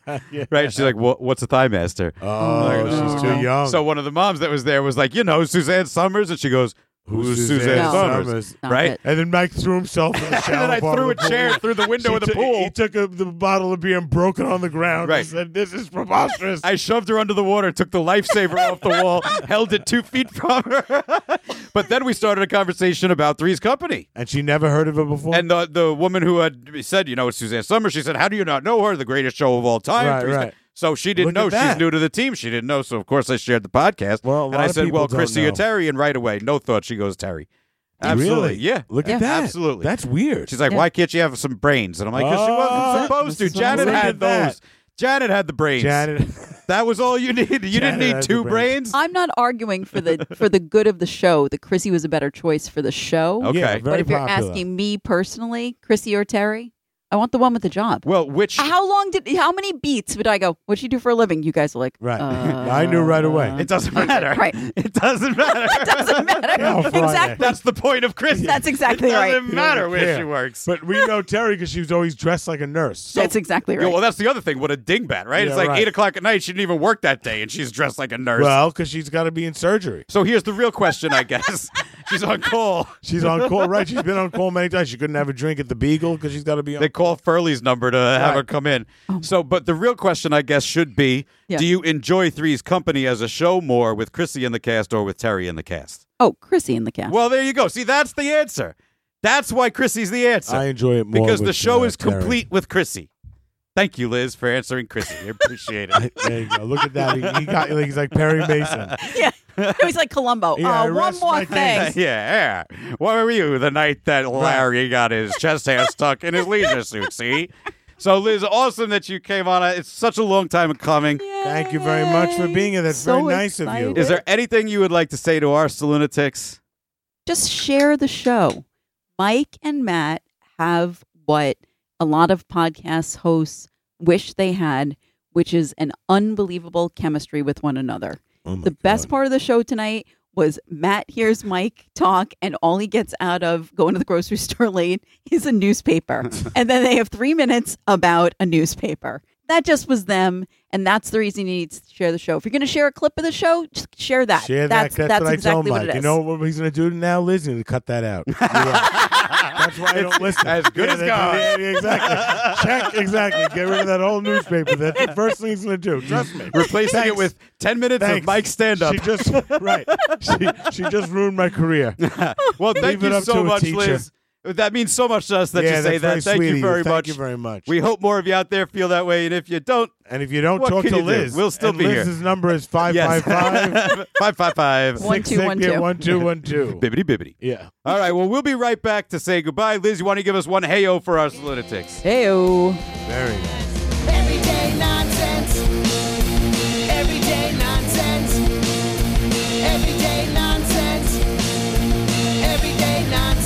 S3: right? She's like, "Wha- "What's a thigh master?"
S4: Oh, she's too young.
S3: So one of the moms that was there was like, "You know Suzanne Summers," and she goes, "Who's Suzanne,
S1: No.
S3: Summers?"
S4: Summers?
S1: Stop
S3: right?
S1: it.
S4: And then Mike threw himself in the
S3: And
S4: shower.
S3: then I
S4: bar
S3: threw a
S4: with the
S3: chair
S4: pool.
S3: through the window
S4: She
S3: of the
S4: took-
S3: pool.
S4: He took a, the bottle of beer and broke it on the ground.
S3: Right.
S4: And said, "This is preposterous."
S3: I shoved her under the water, took the lifesaver off the wall, held it two feet from her. but then we started a conversation about Three's Company.
S4: and she never heard of it before.
S3: And the the woman who had said, you know, it's Suzanne Summers, she said, How do you not know her? The greatest show of all time.
S4: Right,
S3: Three's
S4: right.
S3: Co- So she didn't
S4: Look at
S3: know she's
S4: that.
S3: new to the team. She didn't know. So of course I shared the podcast.
S4: Well, a
S3: and
S4: lot
S3: I
S4: of
S3: said,
S4: people
S3: Well,
S4: don't
S3: Christy or
S4: know.
S3: Terry, and right away, no thought she goes Terry. Absolutely.
S4: Really?
S3: Yeah.
S4: Look
S1: Yeah.
S4: at that.
S3: Absolutely.
S4: That's weird.
S3: She's like,
S1: Yeah.
S3: Why can't you have some brains? And I'm like, Because she
S4: Oh,
S3: wasn't supposed
S1: this
S3: to.
S1: is what I'm
S3: Janet
S1: saying.
S3: had
S4: Look at that.
S3: those. Janet had the brains.
S4: Janet.
S3: That was all you needed. You didn't
S4: Janet
S3: need
S4: had the
S3: two brains.
S4: brains.
S1: I'm not arguing for the for the good of the show that Chrissy was a better choice for the show.
S3: Okay.
S4: Yeah, Oh, very
S1: but if you're
S4: popular.
S1: asking me personally, Chrissy or Terry, I want the one with the job.
S3: Well, which
S1: how long did how many beats would I go? What you do for a living? You guys are like,
S4: Right.
S1: uh,
S4: I knew right away.
S3: it doesn't matter.
S1: Right.
S3: It doesn't matter.
S1: doesn't matter.
S4: Yeah, Friday.
S1: exactly.
S3: That's the point of Christy.
S1: That's exactly
S3: it
S1: right.
S3: Doesn't matter where
S4: care.
S3: she works.
S4: But we know Terry because she was always dressed like a nurse.
S1: That's exactly
S3: Yeah,
S1: right.
S3: well, that's the other thing. What a dingbat, right? it's
S4: Yeah,
S3: like
S4: right.
S3: eight o'clock at night. She didn't even work that day, and she's dressed like a nurse.
S4: well, because she's got to be in surgery.
S3: so here's the real question, I guess. she's on call.
S4: She's on call, right? She's been on call many times. She couldn't have a drink at the Beagle because she's got to be on.
S3: They call Furley's number to have her come in.
S4: Oh.
S3: So, but the real question, I guess, should be:
S1: Yeah.
S3: Do you enjoy Three's Company as a show more with Chrissy in the cast or with Terry in the cast?
S1: oh, Chrissy in the cast.
S3: Well, there you go. See, that's the answer. That's why Chrissy's the answer.
S4: I enjoy it more
S3: because the
S4: with,
S3: show
S4: uh,
S3: is
S4: Terry.
S3: complete with Chrissy. Thank you, Liz, for answering Chrissy. I appreciate it.
S4: There you go. Look at that. He, he got like he's like Perry Mason.
S1: yeah, it was like Columbo.
S4: Yeah,
S1: uh,
S4: I
S1: one
S4: rest
S1: more
S4: my
S1: thing.
S4: case.
S3: Yeah, yeah. Where were you the night that Larry got his chest hair stuck in his leisure suit? See? So, Liz, awesome that you came on. It's such a long time coming.
S4: Thank you very much for being here. That's
S1: So
S4: very nice of
S1: excited.
S4: you.
S3: Is there anything you would like to say to our Salunatics?
S1: just share the show. Mike and Matt have what a lot of podcast hosts wish they had, which is an unbelievable chemistry with one another.
S4: Oh
S1: the best part of the show tonight was Matt hears Mike talk, and all he gets out of going to the grocery store late is a newspaper. and then they have three minutes about a newspaper. that just was them, and that's the reason you need to share the show. If you're going to share a clip of the show, just share that.
S4: Share that.
S1: Uh, that's
S4: That's, what I
S1: exactly
S4: told Mike.
S1: what it is.
S4: You know what he's going to do now, Liz? He's going to cut that out. You're right. That's why I don't listen.
S3: as good as
S4: that's- yeah, exactly. Check. Exactly. Get rid of that whole newspaper. That's the first thing he's going to do. Trust me.
S3: Replacing it
S4: Thanks.
S3: with 10 minutes
S4: Thanks.
S3: of Mike stand up.
S4: She just right. She she just ruined my career.
S3: Well, thank
S4: Leave it
S3: you
S4: up to
S3: so
S4: a
S3: much,
S4: teacher.
S3: Liz. That means so much to us that
S4: yeah,
S3: you say
S4: that's
S3: that. Thank
S4: Very sweet of
S3: you very much.
S4: Thank you very much.
S3: We hope more of you out there feel that way. And if you don't,
S4: and if you don't
S3: What
S4: talk
S3: can
S4: to
S3: you do?
S4: Liz,
S3: We'll still
S4: and
S3: be here.
S4: Liz's number is five
S3: yes.
S4: five five.
S3: five, five, five.
S1: One, two, one, two.
S4: one two one two.
S3: Bibbity bibbity.
S4: Yeah.
S3: All right. Well, we'll be right back to say goodbye. Liz, you want to give us one hey for our lunatics?
S1: Heyo.
S4: Very nice.
S9: Everyday nonsense. Everyday nonsense. Everyday nonsense. Everyday nonsense.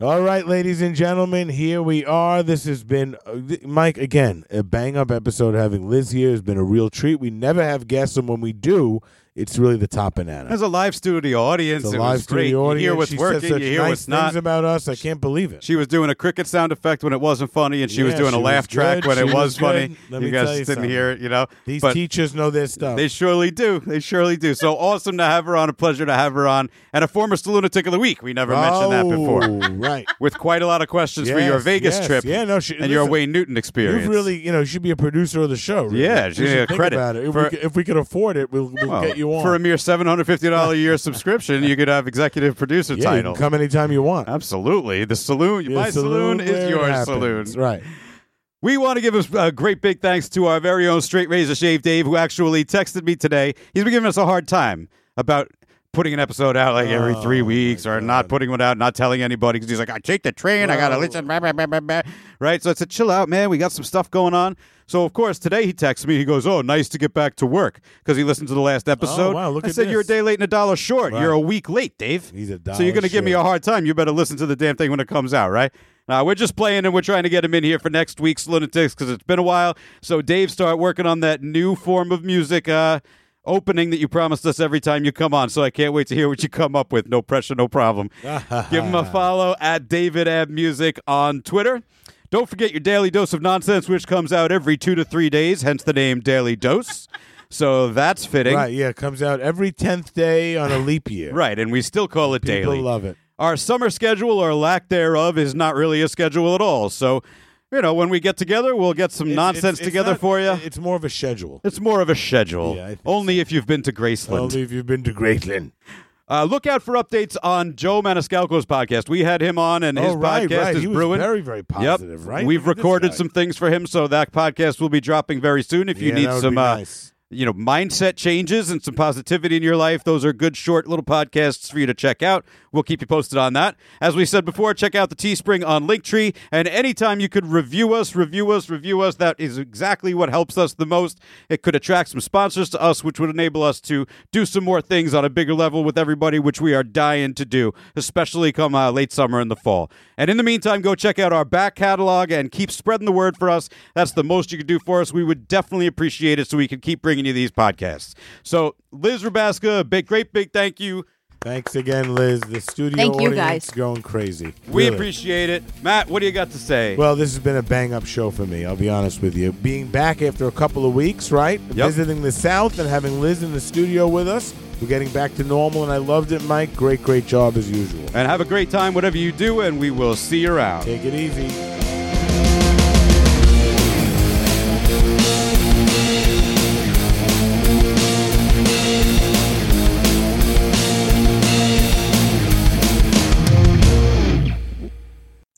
S4: All right, ladies and gentlemen, here we are. This has been, uh, th- Mike, again, a bang up episode. Having Liz here has been a real treat. We never have guests, and when we do, it's really the top banana.
S3: As a live studio audience,
S4: The
S3: it
S4: live
S3: was great.
S4: studio audience.
S3: You hear what's
S4: she
S3: working,
S4: said such
S3: you hear
S4: nice
S3: what's
S4: things
S3: not.
S4: about us. I can't believe it.
S3: She was doing a cricket sound effect when it wasn't funny, and she was
S4: Yeah,
S3: doing
S4: she
S3: a
S4: was
S3: laugh track
S4: good.
S3: when
S4: She
S3: it
S4: was
S3: was, funny.
S4: good. Let
S3: you
S4: me
S3: guys
S4: tell you
S3: didn't
S4: something.
S3: hear it, you know.
S4: These
S3: but
S4: teachers know their stuff.
S3: They surely do. They surely do. So awesome to have her on. A pleasure to have her on. And a former Lunatic of the Week. We never mentioned that before.
S4: Oh, right.
S3: With quite a lot of questions for
S4: Yes,
S3: your Vegas
S4: yes.
S3: trip
S4: Yeah, no, she,
S3: and your
S4: listen,
S3: Wayne Newton experience.
S4: You've really, you know, should be a producer of the show. Really.
S3: Yeah,
S4: You
S3: she
S4: should
S3: got
S4: think
S3: credit
S4: about it. If,
S3: for-
S4: we could, if we could afford it, we'll, we'll
S3: Well,
S4: get you on.
S3: For a mere $750 a year subscription, you could have executive producer
S4: yeah, you
S3: title.
S4: can come anytime you want.
S3: Absolutely. The saloon,
S4: Your
S3: my saloon,
S4: where
S3: is
S4: it
S3: your saloon.
S4: happens. Right.
S3: We want to give a, a great big thanks to our very own Straight Razor Shave Dave, who actually texted me today. He's been giving us a hard time about putting an episode out like every three
S4: Oh,
S3: weeks or not putting one out, not telling anybody because he's like, I take the train, I got to listen, blah, blah, blah, blah, blah." right? So I said, chill out, man. We got some stuff going on. So, of course, today he texts me. He goes, Oh, nice to get back to work because he listened to the last episode.
S4: Oh, wow, look
S3: I
S4: at
S3: said, You're a
S4: this.
S3: day late and a dollar short.
S4: Right.
S3: You're a week late, Dave.
S4: He's a
S3: So you're
S4: dollar
S3: going to give me a
S4: short.
S3: hard time. You better listen to the damn thing when it comes out, right? Uh, we're just playing and we're trying to get him in here for next week's Lunatics because it's been a while. So, Dave, start working on that new form of music uh, opening that you promised us every time you come on. So I can't wait to hear what you come up with. No pressure, no problem. Give him a follow at David Ab Music on Twitter. Don't forget your daily dose of nonsense, which comes out every two to three days, hence the name Daily Dose. So that's fitting.
S4: Right, yeah, it comes out every tenth day on a leap year.
S3: Right, and we still call it
S4: people
S3: daily.
S4: love it.
S3: Our summer schedule or lack thereof is not really a schedule at all. So, you know, when we get together, we'll get some
S4: It's-
S3: nonsense
S4: it's- it's
S3: together
S4: not-
S3: for you.
S4: It's more of a schedule.
S3: It's more of a schedule.
S4: Yeah, I think
S3: only if you've been to Graceland.
S4: Only if you've been to Greatland.
S3: Uh, look out for updates on Joe Maniscalco's podcast. We had him on, and his
S4: oh, right,
S3: podcast
S4: right.
S3: is
S4: he was
S3: brewing.
S4: very, very positive.
S3: yep.
S4: Right.
S3: We've
S4: Look at this
S3: recorded
S4: guy.
S3: some things for him, so that podcast will be dropping very soon. If you
S4: Yeah,
S3: need
S4: that would
S3: some,
S4: be
S3: uh,
S4: nice.
S3: you know, mindset changes and some positivity in your life, those are good short little podcasts for you to check out. We'll keep you posted on that. As we said before, check out the Teespring on Linktree, and anytime you could review us, review us, review us. That is exactly what helps us the most. It could attract some sponsors to us, which would enable us to do some more things on a bigger level with everybody, which we are dying to do, especially come uh, late summer and the fall. And in the meantime, go check out our back catalog and keep spreading the word for us. That's the most you can do for us. We would definitely appreciate it so we can keep bringing you these podcasts. So, Liz Rabaska, a big, great big thank you.
S4: Thanks again, Liz. The studio
S1: Thank you,
S4: audience
S1: guys.
S4: going crazy.
S3: We
S4: Really.
S3: appreciate it. Matt, what do you got to say?
S4: Well, this has been a bang up show for me. I'll be honest with you. Being back after a couple of weeks, right?
S3: Yep.
S4: Visiting the South and having Liz in the studio with us. We're getting back to normal, and I loved it, Mike. Great, great job as usual.
S3: and have a great time, whatever you do, and we will see you around.
S4: Take it easy.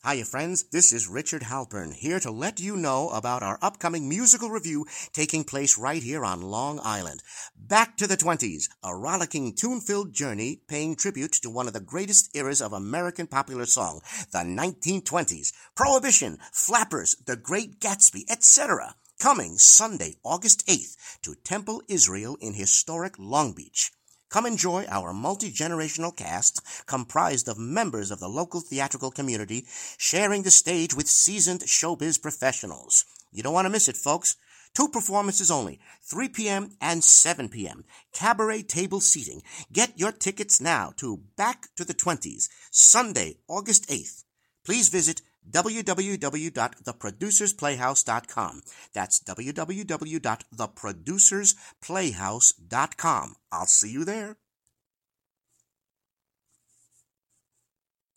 S9: Hiya, friends. This is Richard Halpern here to let you know about our upcoming musical review taking place right here on Long Island. Back to the 20s, a rollicking tune filled journey paying tribute to one of the greatest eras of American popular song, the 1920s. Prohibition, Flappers, The Great Gatsby, etc. Coming Sunday, August 8th to Temple Israel in historic Long Beach. Come enjoy our multi generational cast comprised of members of the local theatrical community sharing the stage with seasoned showbiz professionals. You don't want to miss it, folks. Two performances only, 3 p.m. and 7 p.m. Cabaret table seating. Get your tickets now to Back to the 20s, Sunday, August 8th. Please visit www.theproducersplayhouse.com. That's www.theproducersplayhouse.com. I'll see you there.